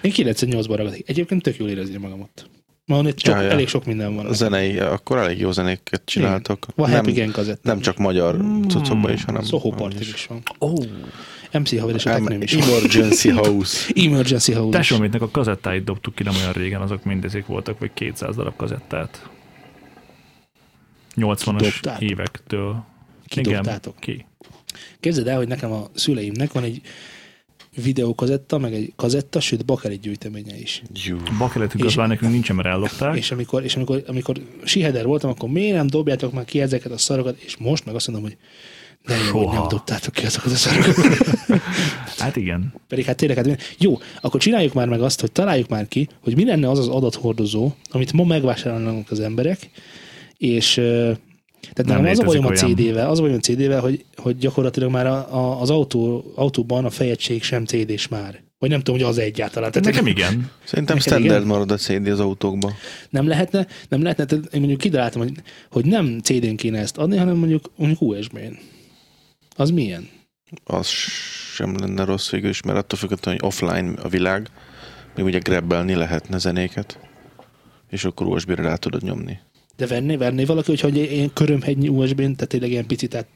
Én 98-ban ragadok. Egyébként tök jól érezni magam ott. Ma ott sok,
Ja, ja.
elég sok minden van.
A zenei, akkor elég jó zenéket csináltok.
Van
nem,
Happy Gang kazett.
nem csak magyar cuccokban is, hanem...
Soho Party is van. Ó. Oh. MC Haver és a
Nem,
Techném is van.
Emergency House.
Emergency House. is.
Tesómétnek a kazettáit dobtuk ki nem olyan régen, azok mindezek voltak, vagy 200 darab kazettát. 80-as
Kidobtátok?
évektől.
Kidobtátok?
Igen, ki.
Képzeld el, hogy nekem a szüleimnek van egy videókazetta, meg egy kazetta, sőt, bakeli gyűjteménye is.
Jú.
Bakeletünk
És-
az már nekünk nincsen, mert ellopták.
És amikor, és amikor, amikor siheder voltam, akkor miért nem dobjátok már ki ezeket a szarokat, és most meg azt mondom, hogy nem, jó, hogy
Soha.
nem dobtátok ki azokat a szarokat.
Hát igen.
Pedig hát tényleg, hát jó, akkor csináljuk már meg azt, hogy találjuk már ki, hogy mi lenne az az adathordozó, amit ma megvásárolnak az emberek, és ö, tehát nem az a
létezik
bajom a
olyan.
CD-vel, az a bajom a CD-vel, hogy, hogy gyakorlatilag már a, a, az autó, autóban a fejegység sem CD-s már. Vagy nem tudom, hogy az egyáltalán.
Tehát
Tehát
nekem igen.
Szerintem
Neked
standard
igen?
marad a CD az autókban.
nem lehetne, nem lehetne, tehát én mondjuk kitaláltam, hogy, hogy nem CD-n kéne ezt adni, hanem mondjuk, mondjuk USB-n. Az milyen?
Az sem lenne rossz végül is, mert attól függetlenül, hogy offline a világ, még ugye grabbelni lehetne zenéket, és akkor USB-re rá tudod nyomni.
De venné, venné valaki, hogyha ugye én körömhegynyi USB-n, tehát tényleg ilyen picit, tehát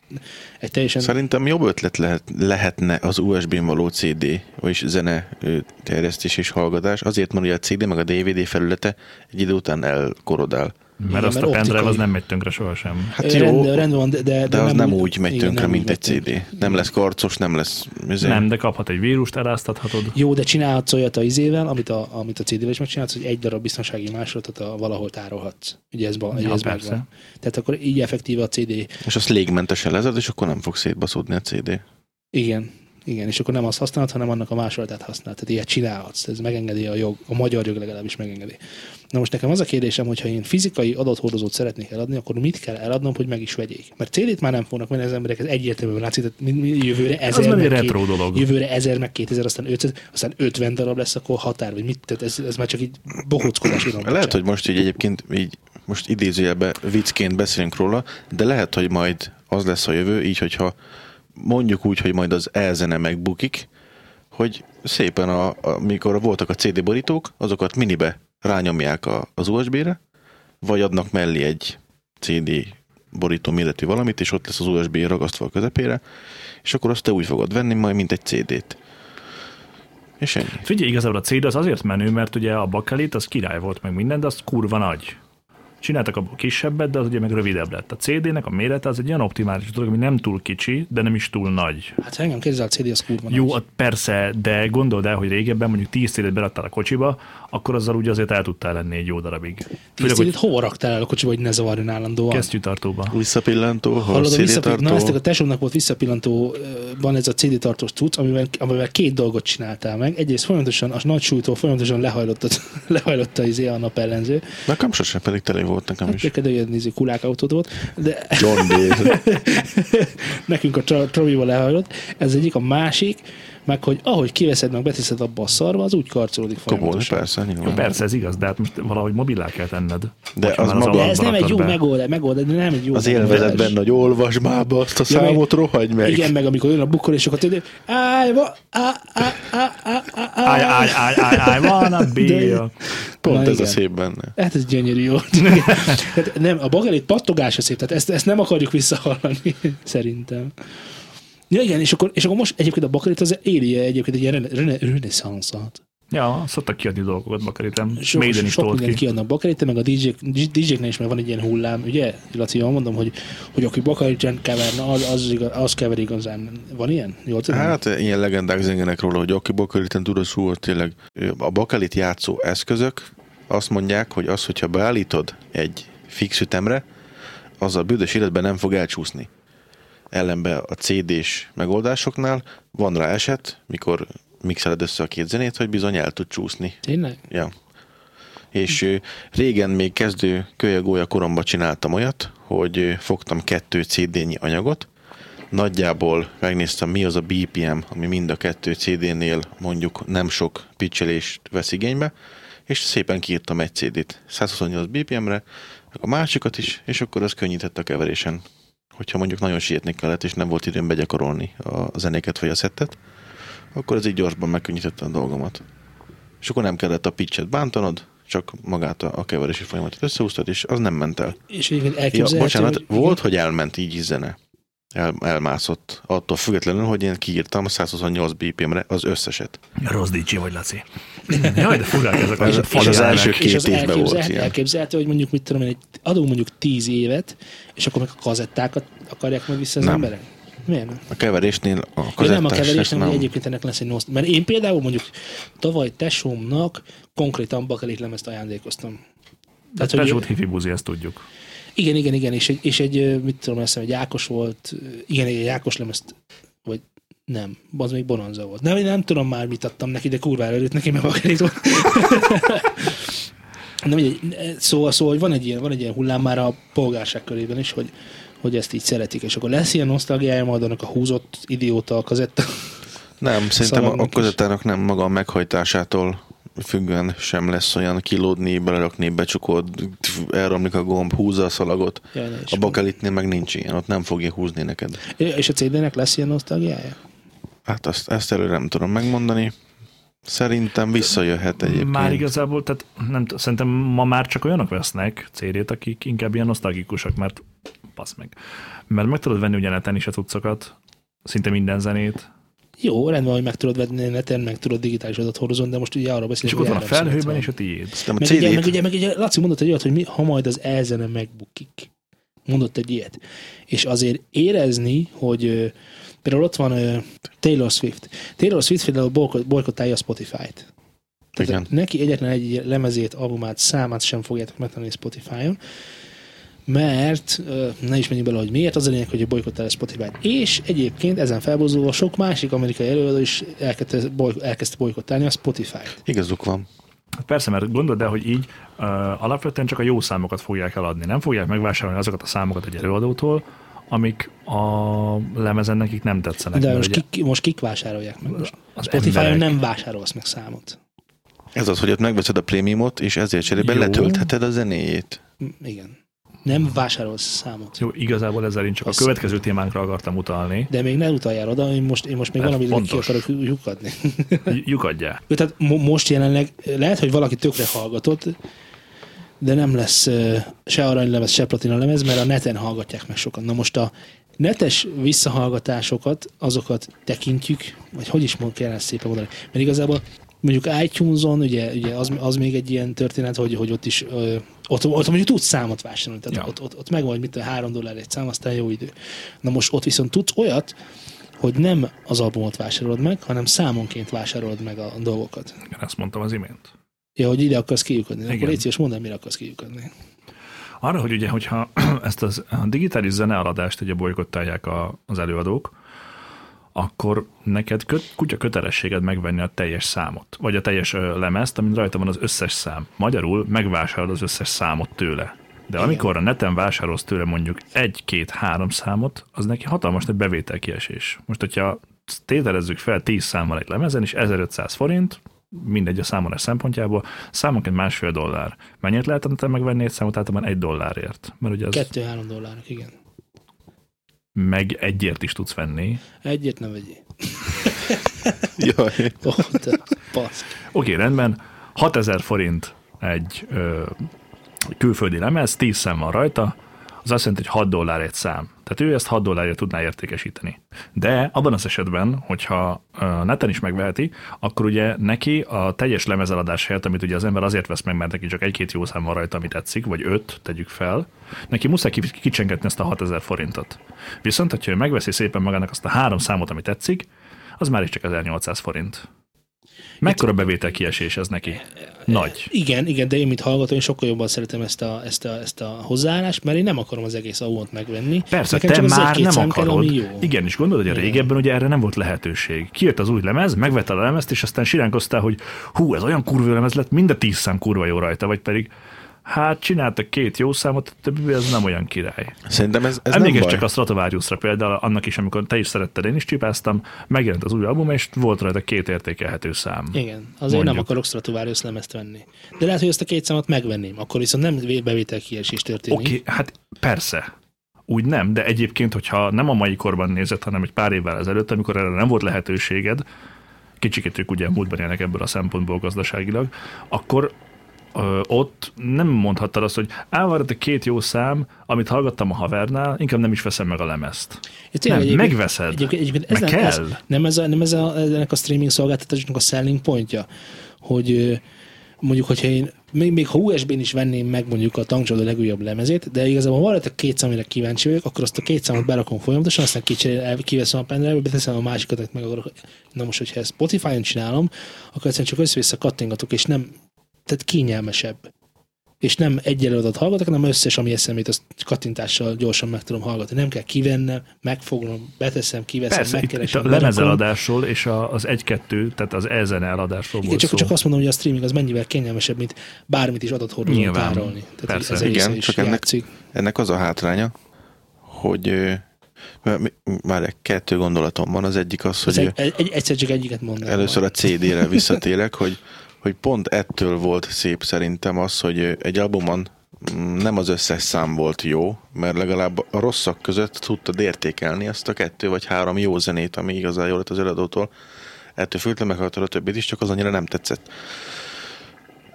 egy teljesen
Szerintem jobb ötlet lehet, lehetne az USB-n való CD, vagyis zene ö, terjesztés és hallgatás, azért mert ugye a CD meg a DVD felülete egy idő után elkorodál.
Mert
Igen,
azt a
mert
pendrive az
optikai.
nem megy tönkre sohasem.
Hát
Ö,
jó,
Rendben, rendben van, de, de,
de az nem úgy megy
igen,
tönkre,
nem
mint
úgy
egy
megy tönkre.
CD. Nem lesz karcos, nem lesz...
Nem, de kaphat egy vírust, eláztathatod.
Jó, de csinálhatsz olyat a izével, amit a, amit a CD-vel is megcsinálsz, hogy egy darab biztonsági másolatot a, valahol tárolhatsz. Ugye ez, ba,
Ja,
ez
persze.
megvan. Tehát akkor így effektíve a CD.
És azt légmentesen lezed, és akkor nem fog szétbaszódni a CD.
Igen, igen, és akkor nem azt használod, hanem annak a másolatát használod. Tehát ilyet csinálhatsz. Ez megengedi a jog, a magyar jog legalábbis megengedi. Na most nekem az a kérdésem, hogy ha én fizikai adathordozót szeretnék eladni, akkor mit kell eladnom, hogy meg is vegyék? Mert CD-t már nem fognak venni az emberek, ez egyértelműen látszik, tehát mi- mi jövőre
Ez
ezer
már egy
meg két-
retro dolog.
jövőre 1000, meg 2000, aztán 500, aztán 50 darab lesz, akkor határ, vagy mit, tehát ez, ez már csak így bohóckodás iramban.
Lehet, hogy most így egyébként így most idézőjelbe viccként beszélünk róla, de lehet, hogy majd az lesz a jövő, így, hogyha mondjuk úgy, hogy majd az elzene megbukik, hogy szépen, a, amikor voltak a CD borítók, azokat minibe rányomják a, az USB-re, vagy adnak mellé egy CD borító méretű valamit, és ott lesz az USB ragasztva a közepére, és akkor azt te úgy fogod venni, majd mint egy CD-t. És ennyi.
Figyelj, igazából a CD az azért menő, mert ugye a bakelit az király volt meg minden, de az kurva nagy. Csináltak abból kisebbet, de az ugye meg rövidebb lett. A CD-nek a mérete az egy olyan optimális dolog, ami nem túl kicsi, de nem is túl nagy.
Hát ha engem kérdezel, a CD az kurva nagy.
Jó, hát a- persze, de gondold el, hogy régebben mondjuk 10 CD-t beraktál a kocsiba, akkor azzal ugye azért el tudtál lenni egy jó darabig. Főleg,
Tíz CD-t
hogy
hova raktál el a kocsiba, hogy ne zavarjon állandóan?
kesztyűtartóba.
Visszapillantó, hol
Hallod, a
CD
visszapi- na,
tartó.
ezt a tesómnak volt visszapillantóban ez a CD tartós cucc, amivel, amivel két dolgot csináltál meg. Egyrészt folyamatosan, a nagy súlytól folyamatosan lehajlott, a- lehajlott a, izé a napellenző.
Nekem sose, pedig telé volt nekem is.
Neked olyan izé kulák autód volt, de
John Deere.
nekünk a tra- Tromiba lehajlott. Ez egyik, a másik, meg hogy ahogy kiveszed meg, beteszed abba a szarba, az úgy karcolódik
Komolyan,
folyamatosan.
persze, nyilván.
Persze, ez igaz, de hát most valahogy mobilá kell tenned.
De
Hogyha
az
már
De
maga-
ablakba
ez nem egy
rakod
jó
be.
megoldás, megoldás, de nem egy jó
Az
megoldás.
élvezet benne, hogy olvasd már be azt a
Ja, meg-
számot, rohagy meg.
Igen, meg amikor jön a bukkor, és akkor tudod, állj, va, á, á, á, á, á, á.
Áj, áj, áj, áj, áj, van a
De-
bia.
Pont
Na,
ez a
igen.
szép benne.
Hát ez gyönyörű jó. Tehát nem, a bagelit pattogása szép, tehát ezt, ezt nem akarjuk visszahallani, szerintem. Ja igen, és akkor, és akkor most egyébként a bakelit az éli egyébként egy ilyen rene- rene- reneszánszat.
Ja, szoktak kiadni dolgokat, bakaritem.
Sok,
Maiden is
sok
tolt
mindent
ki.
kiadnak bakelit, meg a DJ, DJ-knél is meg van egy ilyen hullám, ugye? Laci, jól mondom, hogy, hogy aki bakeliten keverna, az, az, igaz, az kever igazán. Van ilyen? Jól tudom?
Hát ilyen legendák zengenek róla, hogy aki bakeliten tud, az hú, tényleg. Ö, A bakelit játszó eszközök azt mondják, hogy az, hogyha beállítod egy fix ütemre, az a büdös életben nem fog elcsúszni. Ellenben a CD-s megoldásoknál van rá eset, mikor mixeled össze a két zenét, hogy bizony el tud csúszni.
Tényleg?
Ja. És ö, régen még kezdő kölyegója koromban csináltam olyat, hogy ö, fogtam kettő CD-nyi anyagot, nagyjából megnéztem, mi az a BPM, ami mind a kettő CD-nél mondjuk nem sok pitchelést vesz igénybe, és szépen kiírtam egy CD-t 128 BPM-re, a másikat is, és akkor az könnyített a keverésen. Hogyha mondjuk nagyon sietni kellett, és nem volt időm begyakorolni a zenéket vagy a szettet, akkor ez így gyorsban megkönnyítette a dolgomat. És akkor nem kellett a pitchet bántanod, csak magát a, a keverési folyamatot összehúztad, és az nem ment el.
És egyébként
Ja,
elképzelhető,
bocsánat,
hogy-
hogy... volt, hogy elment így is zene. El, elmászott. Attól függetlenül, hogy én kiírtam 128 BPM-re az összeset.
Rossz dicsi vagy, Laci. Jaj, de furák ezek a
És- és az
fazemek.
első két
és az
évben volt
elképzelhető,
ilyen.
elképzelhető, hogy mondjuk mit tudom én, egy, adunk mondjuk 10 évet, és akkor meg a kazettákat akarják majd vissza az
Nem.
emberek. Miért nem?
A keverésnél a
Ja, nem a
kazettás,
keverés,
ezt
nem, hogy egyébként ennek lesz egy noszt. Mert én például mondjuk tavaly tesómnak konkrétan bakelit lemezt ajándékoztam.
Tehát,
hogy-
hogy... hifi buzi, ezt tudjuk.
Igen, igen, igen, és egy, és egy ö, mit tudom, azt hiszem, egy Ákos volt, ö, igen, egy Ákos lemezt, vagy nem, az még Bonanza volt. Nem, én nem tudom már, mit adtam neki, de kurvára előtt neki, mert bakelit volt. nem, mindegy, szóval, szóval, hogy van egy ilyen, van egy ilyen hullám már a polgárság körében is, hogy, hogy ezt így szeretik, és akkor lesz ilyen nosztalgiája majd annak a húzott idióta a kazetta.
Nem, szerintem a, a
szalagnak is.
kazettának nem maga a meghajtásától függően sem lesz olyan kilódni, belerakni, becsukod, tf, elromlik a gomb, húzza a szalagot.
Jaj, ne is
A bakelitnél meg nincs ilyen, ott nem fogja húzni neked.
És a CD-nek lesz ilyen nosztalgiája?
Hát azt, ezt előre nem tudom megmondani. Szerintem visszajöhet egyébként.
Már igazából, tehát nem t- szerintem ma már csak olyanok vesznek CD-t, akik inkább ilyen nosztalgikusak, mert passz meg. Mert meg tudod venni ugye neten is a cuccokat, szinte minden zenét,
Jó, rendben, hogy meg tudod venni neten, meg tudod digitális adathordozón, de most ugye arra beszélünk,
és akkor ott van a
áramszünet
felhőben, és a tiéd.
Szerintem
Meg
a
ugye,
CD-t
meg, ugye, meg ugye Laci mondott egy olyat, hogy mi, ha majd az elzene megbukik. Mondott egy ilyet. És azért érezni, hogy ö, például ott van ö, Taylor Swift. Taylor Swift például bolko- bolykottálja a Spotify-t. Tehát
Igen.
neki egyetlen egy lemezét, albumát, számát sem fogjátok megtalálni Spotify-on, mert ö, ne is menjünk bele, hogy miért, az a lényeg, hogy bolykottál a Spotify-t. És egyébként ezen felbozulva sok másik amerikai előadó is elkezdte, boly, elkezdte bolykottálni a Spotify-t.
igazuk van.
Hát Persze, mert gondold el, hogy így ö, alapvetően csak a jó számokat fogják eladni. Nem fogják megvásárolni azokat a számokat egy előadótól, amik a lemezen nekik nem tetszenek.
De
Hát mert
most
ugye
kik, most kik vásárolják meg most?
az
Spotify-on
emberek-
nem vásárolsz meg számot.
Ez az, hogy ott megveszed a prémiumot, és ezért cserébe
Jó.
letöltheted a zenéjét.
M- Mm, Igen. Nem vásárolsz számot.
Jó, igazából ezzel én csak
Az-
a következő témánkra akartam utalni.
De még ne utaljál oda, én most, én most még
Ez
valamit ki
fontos.
akarok lyukadni.
Ly- Lyukadjál.
Jó, Tehát mo- most jelenleg lehet, hogy valaki tökre hallgatott, de nem lesz ö, se aranylemez, se platina lemez, mert a neten hallgatják meg sokan. Na most a netes visszahallgatásokat, azokat tekintjük, vagy hogy is mond- kellene ezt szépen mondani. Mert igazából mondjuk iTunes-on, ugye, ugye az, az, még egy ilyen történet, hogy, hogy ott is, ö, ott, ott mondjuk tudsz számot vásárolni, tehát
Ja.
ott, ott, ott megvan, hogy mit a három dollár egy szám, aztán jó idő. Na most ott viszont tudsz olyat, hogy nem az albumot vásárolod meg, hanem számonként vásárolod meg a dolgokat.
Igen, ezt mondtam az imént.
Ja, hogy ide akarsz kilyukadni. Akkor
Igen.
légy szíves, mondd el, mire akarsz kilyukadni.
Arra, hogy ugye, hogyha ezt az, a digitális zenealadást ugye bolykottálják a, az előadók, akkor neked köt, kutya kötelességed megvenni a teljes számot, vagy a teljes ö, lemezt, amin rajta van az összes szám. Magyarul megvásárolod az összes számot tőle. De amikor a neten vásárolsz tőle mondjuk egy-két-három számot, az neki hatalmas nagy bevételkiesés. Most, hogyha tételezzük fel 10 számmal egy lemezen, és 1500 forint, mindegy a számolás szempontjából, számonként másfél dollár. Mennyit lehet a neten megvenni egy számot általában egy dollárért? Mert ugye az
Kettő-három dollárnak, igen.
meg egyért is tudsz venni.
Egyet nem vegyél.
Jaj.
Oh, te pasz.
Oké, rendben, 6000 forint egy ö, külföldi lemez, 10 szám van rajta, az azt jelenti, hogy 6 dollár egy szám. Tehát ő ezt 6 dollárért tudná értékesíteni. De abban az esetben, hogyha ö, neten is megveheti, akkor ugye neki a teljes lemezeladás helyett, amit ugye az ember azért vesz meg, mert neki csak egy-két jó szám van rajta, ami tetszik, vagy öt, tegyük fel, neki muszáj ki- kicsengetni ezt a 6000 forintot. Viszont, hogyha ő megveszi szépen magának azt a három számot, ami tetszik, az már is csak 1800 forint. Mekkora bevétel kiesés ez neki? Nagy.
Igen, igen, de én, mint hallgató, én sokkal jobban szeretem ezt a, ezt a, ezt a hozzáállást, mert én nem akarom az egész albumot megvenni.
Persze,
Nekem
te
csak az
már
egy-két
nem
szám kell,
akarod.
ami jó.
Igen, és gondolod, hogy a régebben ugye erre nem volt lehetőség. Kijött az új lemez, megvetted a lemezt, és aztán siránkoztál, hogy hú, ez olyan kurva jó lemez lett, mind a tíz szám kurva jó rajta, vagy pedig Hát csináltak két jó számot, a többi ez nem olyan király.
Szerintem ez, ez nem
Emlékezz
baj.
Hát csak a Stratovariusra például, annak is, amikor te is szeretted, én is csipáztam, megjelent az új album, és volt rajta két értékelhető szám.
Igen, azért nem
Mondjuk.
akarok Stratovarius lemezt venni. De lehet, hogy ezt a két számot megvenném, akkor viszont nem bevétel kiesés történik.
Oké, okay, hát persze. Úgy nem, de egyébként, hogyha nem a mai korban nézett, hanem egy pár évvel ezelőtt, amikor erre nem volt lehetőséged, kicsikét ők ugye múltban élnek ebből a szempontból gazdaságilag, akkor ö, ott nem mondhattad azt, hogy állvárat a két jó szám, amit hallgattam a havernál, inkább nem is veszem meg a lemezt.
Ja, tényleg
Nem,
egyébként-
megveszed.
Egyébként, egyébként ez,
Meg
nem,
kell.
ez, nem, ez a, nem ez a, ennek a streaming szolgáltatásnak a selling pontja, hogy ö, mondjuk, hogyha én még, még ha USB-n is venném meg mondjuk a tankcsoda legújabb lemezét, de igazából van rajta két szám, amire kíváncsi vagyok, akkor azt a két számot berakom folyamatosan, aztán kicserél, el- kiveszem a pendrive beteszem a másikat, amit meg akarok. Na most, hogyha ezt Spotify-on csinálom, akkor egyszerűen csak össze-vissza kattingatok, és nem, tehát kényelmesebb és nem egy előadat hallgatok, hanem összes, ami eszemét, azt kattintással gyorsan meg tudom hallgatni. Nem kell kivennem, megfognom, beteszem, kiveszem,
Persze, itt, itt
megkeresem.
a
berakom.
lemezeladásról és a, az egy-kettő, tehát az ezen eladásról
Igen,
volt
csak,
szó.
csak azt mondom, hogy a streaming az mennyivel kényelmesebb, mint bármit is adathordozón
Nyilván.
tárolni. Tehát
Persze.
Ez a része
Igen,
is
csak ennek-
játszik.
Ennek az a hátránya, hogy ö, mert mi- várj, kettő gondolatom van. Az egyik az, hogy
Ez
ö,
Egy, egy, egy, egyszer csak egyiket mondom.
először a CD-re visszatérek, hogy, hogy pont ettől volt szép szerintem az, hogy ö, egy albumon mm, nem az összes szám volt jó, mert legalább a rosszak között tudtad értékelni azt a kettő vagy három jó zenét, ami igazán jó lett az előadótól. Ettől függetlenül meghallgatod a többit is, csak az annyira nem tetszett.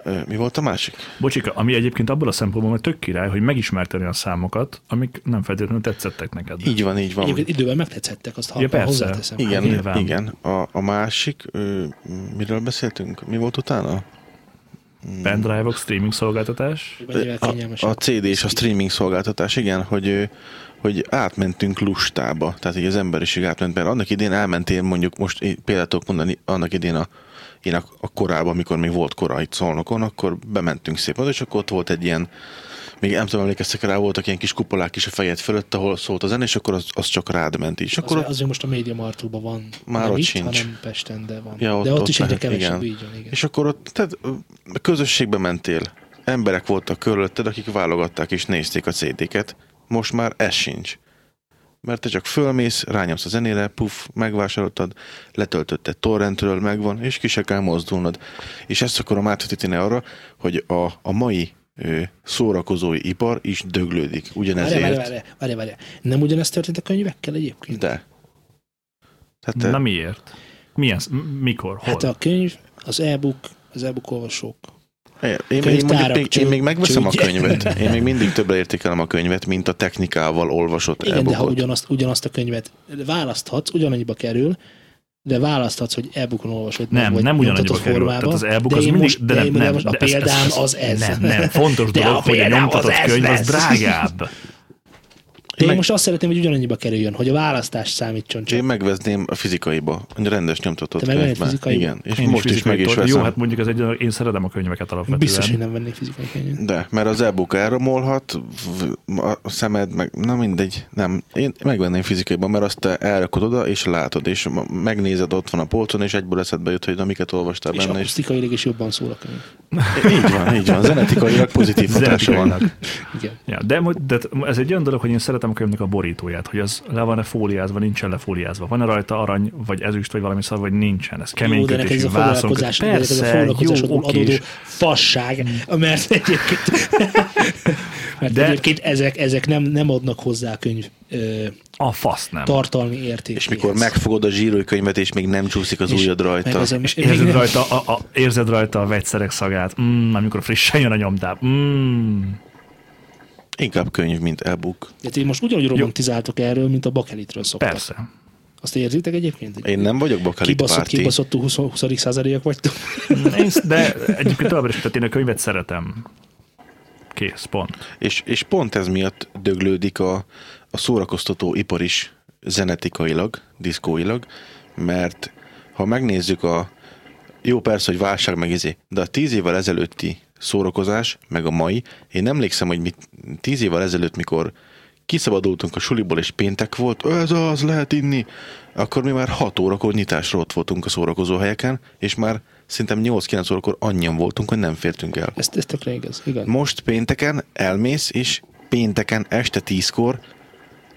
Ö, Mi volt a másik?
Bocsika, ami egyébként abból a szempontból, hogy tök király, hogy megismerted olyan számokat, amik nem feltétlenül tetszettek neked.
Így van, így van.
Egyébként időben megtetszettek, azt
Ja,
ja,
persze.
hozzáteszem.
Igen,
Hát nyilván.
igen. A, a másik, ö, m- miről beszéltünk? Mi volt utána?
Pendrive-ok, streaming szolgáltatás.
Mennyivel
A,
kényelmesebb.
a CD és a streaming szolgáltatás, igen, hogy ö, hogy átmentünk lustába, tehát így az emberiség átment, mert annak idén elmentél mondjuk, most í- példát tudok mondani, annak idén a, én a, a korában, amikor még volt kora itt Szolnokon, akkor bementünk szépen, és akkor ott volt egy ilyen, még nem tudom, emlékeztek rá, voltak ilyen kis kupolák is a fejed fölött, ahol szólt a zene, és akkor az, az csak rád ment is. Akkor
Akkor
ott,
azért most a média martóban van.
Már
nem
ott
itt,
sincs.
hanem Pesten, de van.
Ja, ott-
de ott,
ott
is egyre
lehet,
kevesebb
igen.
így van. Igen.
És akkor ott tehát, ö, közösségbe mentél, emberek voltak körülötted, akik válogatták és nézték a CD-ket, most már ez sincs. Mert te csak fölmész, rányomsz a zenére, puf, megvásároltad, letöltötted torrentről, megvan, és ki se kell mozdulnod. És ezt akarom átvetíteni arra, hogy a, a mai ö, szórakozói ipar is
Várj,
döglődik.
várj,
Ugyanezért.
várj, várj, várj. Nem ugyanezt történt a könyvekkel egyébként?
De. Tehát
Te...
te-
Na miért? Milyen, sz- m- mikor, hol?
Hát a könyv, az e-book, az e-book olvasók.
Én, én, még,
Könyvtárak,
mondjuk, még, én
cső-
még megveszem a
csődje.
könyvet. Én még mindig többre értékelem a könyvet, mint a technikával olvasott
Igen, de ha
e-bookot.
ugyanazt, ugyanazt a könyvet választhatsz, ugyanannyiba kerül, de választhatsz, hogy e-bookon olvasod.
nem,
vagy
nem ugyanannyiba
nyomtatott
kerül. Tehát
formába.
az e-book
De
az
én
mindig,
most-
de nem,
én
nem.
most A
de ezt- ezt-
példám
ezt-
az ez.
Nem, nem, fontos
De
dolog,
a
hogy a
példám az
nyomtatott
ez
könyv az
lesz.
drágább.
De én
Meg-
most azt szeretném, hogy ugyanannyiba kerüljön, hogy a választás számítson
Én
csak.
megvezném a fizikaiba, a rendes nyomtatott
Te megvenned
könyvben.
fizikaiba?
Igen, és
Én
most is
fizikai
meg is
tor-
veszem.
Jó, hát mondjuk ez egy, én szeretem a könyveket alapvetően.
Biztos, hogy nem vennék fizikai könyvet.
De, mert az e-book elromolhat, v- a szemed, meg, na mindegy, nem. Én megvenném fizikaiban, mert azt te elrakod oda, és látod, és ma- megnézed, ott van a polcon, és egyből eszedbe jut, hogy na miket olvastál
És
benne, és
akusztikailag is jobban szól a könyv.
így van, így van, zenetikailag pozitív hatása van.
Zenetikailag.
Igen.
Ja, de, mo- de t- ez egy olyan dolog, hogy én szeretem a könyvnek a borítóját, hogy az le van-e fóliázva, nincsen lefóliázva. Van-e rajta arany, vagy ezüst, vagy valami szar, vagy nincsen. Ez kemény
Jó, de neked ez
kötésű
a
vászon.
foglalkozás,
Persze,
de neked ez a
jó,
foglalkozásodból
oké,
adódó
és
fasság, mert egyébként, mert
De-
de, egyébként ezek, ezek nem, nem adnak hozzá a könyv ö,
a fasz nem.
tartalmi értékéhez.
És mikor megfogod a zsírókönyvet, és még nem csúszik az
És
ujjad rajta.
megveszem,
És
Még
érzed
nem.
rajta, a, a, érzed rajta a vegyszerek szagát, mm, amikor frissen jön a nyomdáb. Mm.
Inkább könyv, mint e-book.
De ti most ugyanúgy romantizáltok erről, mint a bakelitről szoktak.
Persze.
Azt érzitek egyébként? Hogy
Én nem vagyok bakalit
kibaszott,
párti.
kibaszott 20. 20. századiak vagytok.
Én, sz- de egyébként továbbra is, tehát én a könyvet szeretem. Kész, pont.
És, és pont ez miatt döglődik a, a szórakoztató ipar is zenetikailag, diszkóilag, mert ha megnézzük a jó persze, hogy válság meg izé, de a tíz évvel ezelőtti szórakozás, meg a mai, én emlékszem, hogy mi tíz évvel ezelőtt, mikor kiszabadultunk a suliból, és péntek volt, ez az, lehet inni, akkor mi már hat órakor nyitásra ott voltunk a szórakozó helyeken, és már szerintem 8-9 órakor annyian voltunk, hogy nem fértünk el.
Ez, ez tökre igaz. Igen.
Most pénteken elmész, és pénteken este 10-kor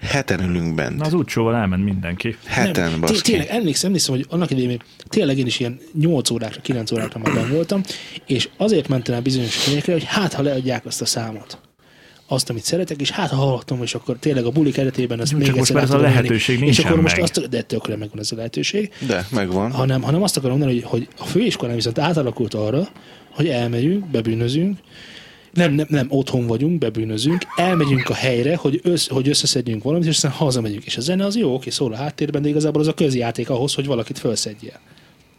heten ülünk bent.
Na az útsóval elment mindenki.
heten,
Té-
baszki.
Tényleg, emlékszem, emlékszem, hogy annak idején még tényleg én is ilyen 8 órákra, 9 órákra már benn voltam, és azért mentem el bizonyos helyekre, hogy hát, ha leadják azt a számot azt, amit szeretek, és hát ha hallottam, és akkor tényleg a bulik eredetében ezt
Jó,
még
csak most
egyszer át
már ez a
tudom élni.
lehetőség
És
nincsen
akkor most
meg.
azt, de tökre megvan ez a lehetőség.
De, megvan.
hanem, hanem azt akarom mondani, hogy, hogy a főiskolán viszont átalakult arra, hogy elmegyünk, bebűnözünk, nem, nem, nem, otthon vagyunk, bebűnözünk, elmegyünk a helyre, hogy, össz, hogy összeszedjünk valamit, és aztán hazamegyünk. És a zene az jó, oké, szól a háttérben, de igazából az a közjáték ahhoz, hogy valakit felszedjél.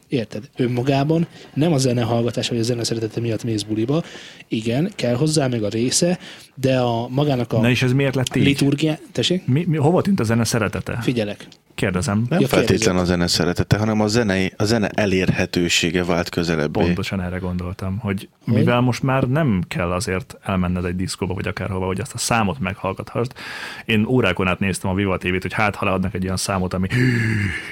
Érted? Önmagában nem a zenehallgatás vagy a zene szeretete miatt mész buliba. Igen, kell hozzá még a része, de a magának
Na
a
és ez miért lett így?
liturgia... Tessék?
Mi, mi, hova tűnt a zene szeretete?
Figyelek.
Kérdezem.
Nem
Ja,
ja,
kérdezed.
feltétlen a zene szeretete, hanem a zene, a zene elérhetősége vált közelebbé.
Pontosan erre gondoltam, hogy mivel most már nem kell azért elmenned egy diszkóba, vagy akárhova, hogy azt a számot meghallgathast. Én órákon át néztem a Viva TV-t, hogy hát ha leadnak egy olyan számot, ami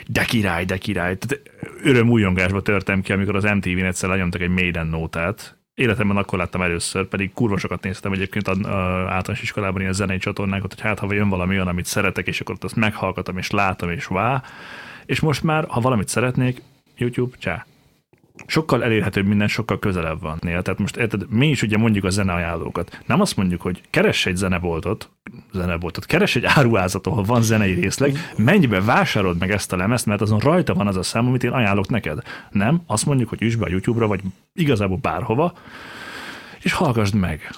de király, de király. Tehát öröm újongásba törtem ki, amikor az MTV-n egyszer lenyomtak egy Maiden nótát. Életemben akkor láttam először, pedig kurva sokat néztem egyébként a, a általános iskolában ilyen zenei csatornákat, hogy hát ha jön valami olyan, amit szeretek, és akkor ott azt meghallgatom, és látom, és vá. És most már, ha valamit szeretnék, YouTube, csá sokkal elérhetőbb minden, sokkal közelebb van. Néha. Tehát most érted, mi is ugye mondjuk a zeneajánlókat. Nem azt mondjuk, hogy keress egy zeneboltot, zeneboltot, keress egy áruházat, ahol van zenei részleg, menj be, vásárold meg ezt a lemezt, mert azon rajta van az a szám, amit én ajánlok neked. Nem, azt mondjuk, hogy üsd be a YouTube-ra, vagy igazából bárhova, és hallgassd meg.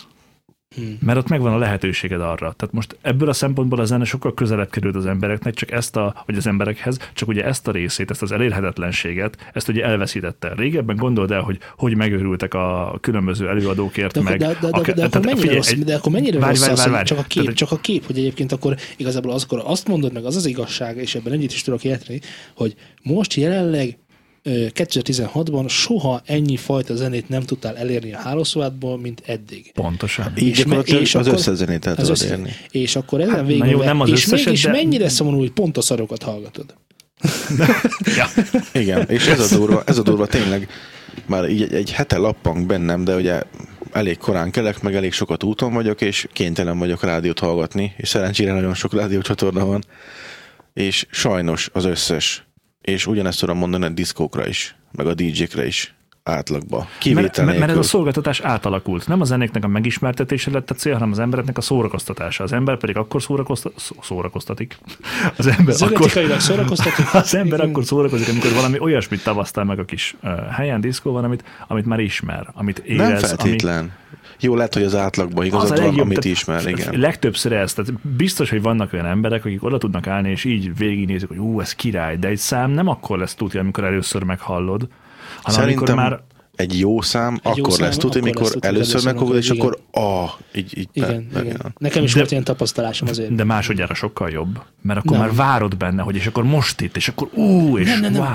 Hmm.
Mert ott megvan a lehetőséged arra. Tehát most ebből a szempontból a zene sokkal közelebb került az embereknek, csak ezt a, vagy az emberekhez, csak ugye ezt a részét, ezt az elérhetetlenséget, ezt ugye elveszítette. Régebben gondold el, hogy hogy megőrültek a különböző előadókért,
De, meg,
meg...
de, de, de,
akár-
de, de, akkor
tehát
mennyire
figyelj,
rossz,
egy-
de akkor mennyire
várj,
rossz
várj,
az,
várj,
hogy
várj.
csak a kép,
Tehát-
csak a kép, hogy egyébként akkor igazából az, akkor azt mondod meg, az az igazság, és ebben együtt is tudok érteni, hogy most jelenleg ö, 2016-ban soha ennyi fajta zenét nem tudtál elérni a hálószobádból, mint eddig.
Pontosan.
Így
És me-
gyakorlatilag
és
az
akkor-
összes zenét el
Az
tudod
összes-
érni.
és akkor ezen végül,
Hát, na jó, nem az
és
összeset,
mégis
de-
mennyire szomorú, hogy pont a szarokat hallgatod.
Ja.
Igen, és ez a durva, ez a durva tényleg már így egy, egy hete lappang bennem, de ugye elég korán kelek, meg elég sokat úton vagyok, és kénytelen vagyok rádiót hallgatni, és szerencsére nagyon sok rádiócsatorna van, és sajnos az összes, és ugyanezt tudom mondani a diszkókra is, meg a DJ-kre is átlagba.
Mert,
Kivétel
mert, mert ez a
nélkül.
szolgáltatás átalakult. Nem a zenéknek a megismertetése lett a cél, hanem az embereknek a szórakoztatása. Az ember pedig akkor szórakoztat, szó- szórakoztatik. Az ember akkor,
Zenetikailag szórakoztatik.
az ember akkor szórakozik, amikor valami olyasmit tavasztál meg a kis uh, helyen, diszkóban, amit, amit már ismer, amit érez.
Nem
ami,
feltétlen. Jó, lehet, hogy az átlagban igazad van, amit ismer,
tehát
igen.
Legtöbbször ez, tehát biztos, hogy vannak olyan emberek, akik oda tudnak állni, és így végignézik, hogy ú, ez király, de egy szám nem akkor lesz tudja, amikor először meghallod, hanem
Szerintem
amikor már
egy jó szám,
jó
akkor
szám,
lesz tudni,
akkor
mikor
lesz tudni,
először
először
meghogod, és
meghallod,
akkor a, így, így
Igen,
be-
igen. Nekem is
De-
volt ilyen tapasztalásom azért.
De másodjára sokkal jobb, mert akkor
Nem.
már várod benne, hogy és akkor most itt, és akkor ú, és
Nem, nem, nem.
wow.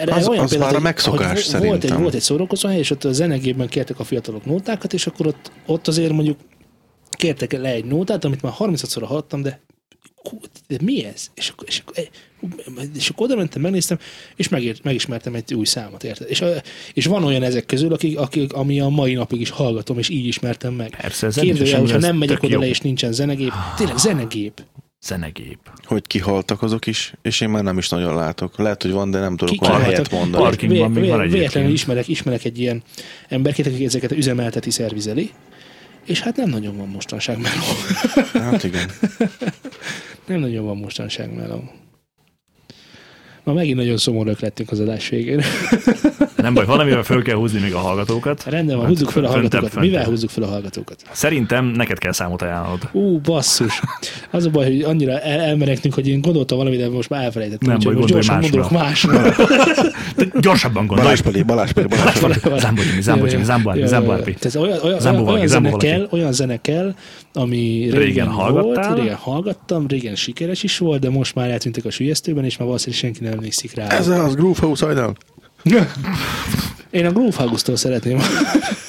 Erre
Az- az
példa,
már a
hogy-
megszokás
hogy vo- Volt egy,
szerintem.
volt egy szórakozóhely, és ott a zenegében kértek a fiatalok nótákat, és akkor ott, ott azért mondjuk kértek le egy nótát, amit már 36-szor hallottam, de hú, de mi ez? És akkor, és akkor, hú, és akkor oda mentem, megnéztem, és megért, megismertem egy új számot, érted? És, a- és van olyan ezek közül, akik, akik, ami a mai napig is hallgatom, és így ismertem meg.
Persze, ez
Kérdője,
semmi,
hogyha
ez
nem megyek
tök
oda
jó.
le, és nincsen zenegép. Tényleg zenegép.
Zenegép.
hogy kihaltak azok is, és én már nem is nagyon látok. Lehet, hogy van, de nem tudok
Ki-
olyan
kihaltak.
helyet mondani.
Park- Parkingban még van egyébként.
Véletlenül ismerek, ismerek egy ilyen emberkét, aki ezeket üzemelteti, szervizeli, és hát nem nagyon van mostanság meló.
Hát igen.
Nem nagyon van mostanság meló. Ma megint nagyon szomorúak lettünk az adás végén.
Nem baj, valamivel föl kell húzni még a hallgatókat.
Rendben van,
Hát,
húzzuk fel a
föntebb,
hallgatókat.
föntebb.
Mivel húzzuk fel a hallgatókat?
Szerintem neked kell számot ajánlod.
Ú, basszus. Az a baj, hogy annyira el- elmerektünk, hogy én gondoltam valamit, de most már elfelejtettem.
Nem
úgyhogy
baj,
most gyorsan
gondolj
mondok másra.
De gyorsabban gondolj.
Balázs Pali, Balázs Pali, Balázs Pali.
Zámbolyi, zámbolyi, zámbolyi, zámbolyi.
Tehát olyan, olyan,
Zambó
olyan,
valaki,
olyan,
Zambó
zene
valaki.
kell, olyan zene kell, ami régen,
Régen hallgattál?
volt, régen hallgattam, régen sikeres is volt, de most már eltűntek a sülyeztőben, és már valószínűleg senki nem emlékszik rá.
Ez az Groove House hajnal.
Én a Groovehouse-tól szeretném.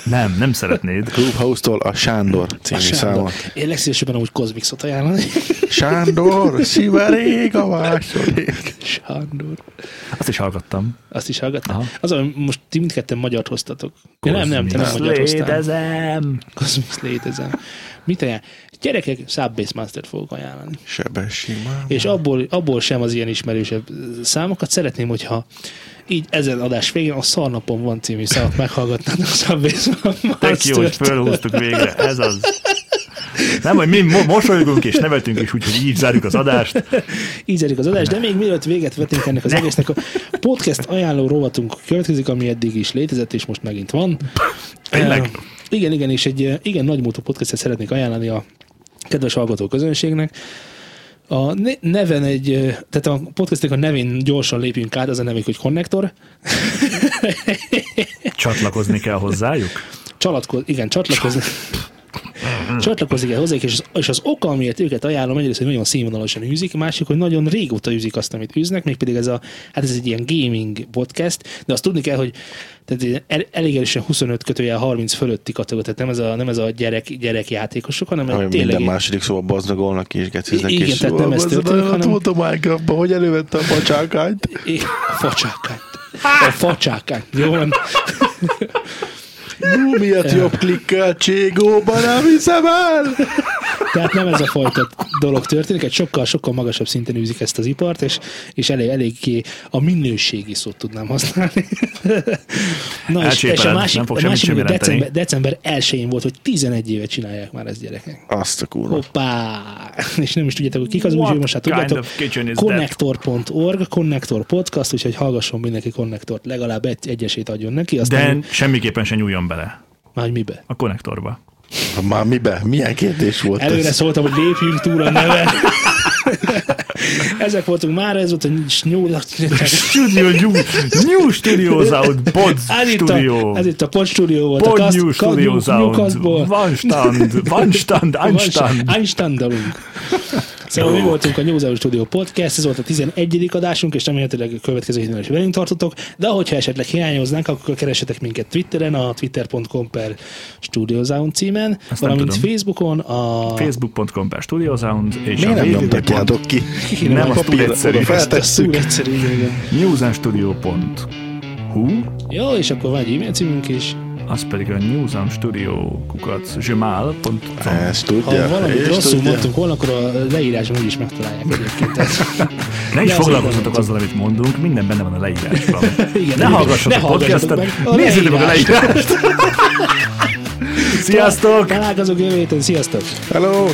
Nem, nem szeretnéd.
Clubhouse-tól a Sándor című
A Sándor.
számot.
Én legszívesebben amúgy Cosmixot ajánlani.
Sándor, szivarég a második.
Sándor.
Azt is hallgattam.
Azt is hallgattam.
Aha.
Az, hogy most ti mindketten magyar hoztatok. Ja, nem, nem, te nem
Azt
magyar hoztál.
Létezem.
Cosmix létezem. Mit ajánl? Gyerekek, Subbase Master fogok ajánlani.
Sebesség már.
És abból, abból sem az ilyen ismerősebb számokat. Szeretném, hogyha így ezen adás végén a Szarnapon van című számot meghallgatnátok a Subbase
Tök jó, hogy
Master-t.
fölhúztuk végre. Ez az. Nem, hogy mi mo- mosolygunk és nevetünk is, úgyhogy így zárjuk az adást.
Így zárjuk az adást, de még mielőtt véget vetünk ennek az egésznek, a podcast ajánló rovatunk következik, ami eddig is létezett, és most megint van.
Tényleg?
Eh, igen, igen, és egy eh, igen nagymúltú podcastet szeretnék ajánlani a kedves hallgató közönségnek. A ne- neven egy, eh, tehát a podcastnek a nevén gyorsan lépjünk át, az a nevük, hogy Connector.
Csatlakozni kell hozzájuk?
Csalatkoz, igen, csatlakozni. Csatlakozik el hozzájuk, és az, és az oka, amiért őket ajánlom, egyrészt, hogy nagyon színvonalasan űzik, másik, hogy nagyon régóta űzik azt, amit űznek, mégpedig ez a, hát ez egy ilyen gaming podcast, de azt tudni kell, hogy tehát ilyen el, elég erősen 25 kötőjel 30 fölötti kategória, tehát nem ez a, nem ez a gyerek, gyerekjátékosok, hanem
Ami
egy
minden
tényleg ilyen-
második szóval bazdagolnak és geciznek
Igen,
és
tehát nem ez történik, hanem-
Tudta Minecraftban, hogy elővette a pacsákányt.
É, a facsákányt. A facsákányt, jó? Nem,
Jó, miért jobb klikkel Cségóban nem hiszem el?
Tehát nem ez a fajta dolog történik, egy sokkal-sokkal magasabb szinten űzik ezt az ipart, és, és elég, eléggé a minőségi szót tudnám használni. Na és, és a
Elcsépeled,
másik,
nem fog
a
semmit
másik
sem
hogy
jelenteni.
december, december 1-én volt, hogy 11 éve csinálják már ezt gyerekek.
Azt a kurva.
Hoppá! És nem is tudjátok, hogy kik az, úgyhogy
What
most hát
kind
tudjátok.
of kitchen is that?
Connector.org, Connector Podcast, úgyhogy hallgasson mindenki Connectort, legalább egy, egyesét adjon neki, aztán
De
De...
semmiképpen se nyúljon bele
már hogy mibe.
a konnektorba.
Már miben? Milyen kérdés volt
Előre
ez?
szóltam, hogy lépjünk túl a neve. Ezek voltunk már, ez volt a nyúl...
Studio New, new Studios Out, Pod
Ez itt,
Studio.
a, ez itt a Pod Studio volt.
Pod
a
New Studio Sound.
Sound.
Van stand, van stand, ein stand.
Einstandalunk. Szóval mi voltunk a Nyúlzáró Studio Podcast, ez volt a 11. adásunk, és remélhetőleg a következő héten is velünk tartotok, de hogyha esetleg hiányoznánk, akkor keresetek minket Twitteren, a twitter.com per Studio Sound címen,
Azt nem
valamint
tudom.
Facebookon, a...
Facebook.com per Studio Sound és
Miért
a
nem
www.newsandstudio.com
nyomtatjátok ki?
Kéne
Nem,
valami
az túl
papír-
egyszerű.
oda
Feltesszük.
Túl egyszerű, igen, igen.
Hú,
Jó, és akkor van egy e-mail címünk is.
az pedig a newsandstudio kukac zsömál.com.
Ezt
Ha
tudja.
valamit
és
rosszul
tudja.
mondtunk volna, akkor a leírásban úgyis megtalálják egyébként. Tehát,
Ne is
De az
foglalkozzatok azzal, amit mondunk, minden benne van a leírásban.
igen,
Ne hallgassatok a podcastet, nézzétek meg a leírást! Sziasztok!
Találkozunk jövő héten, sziasztok!
Hello!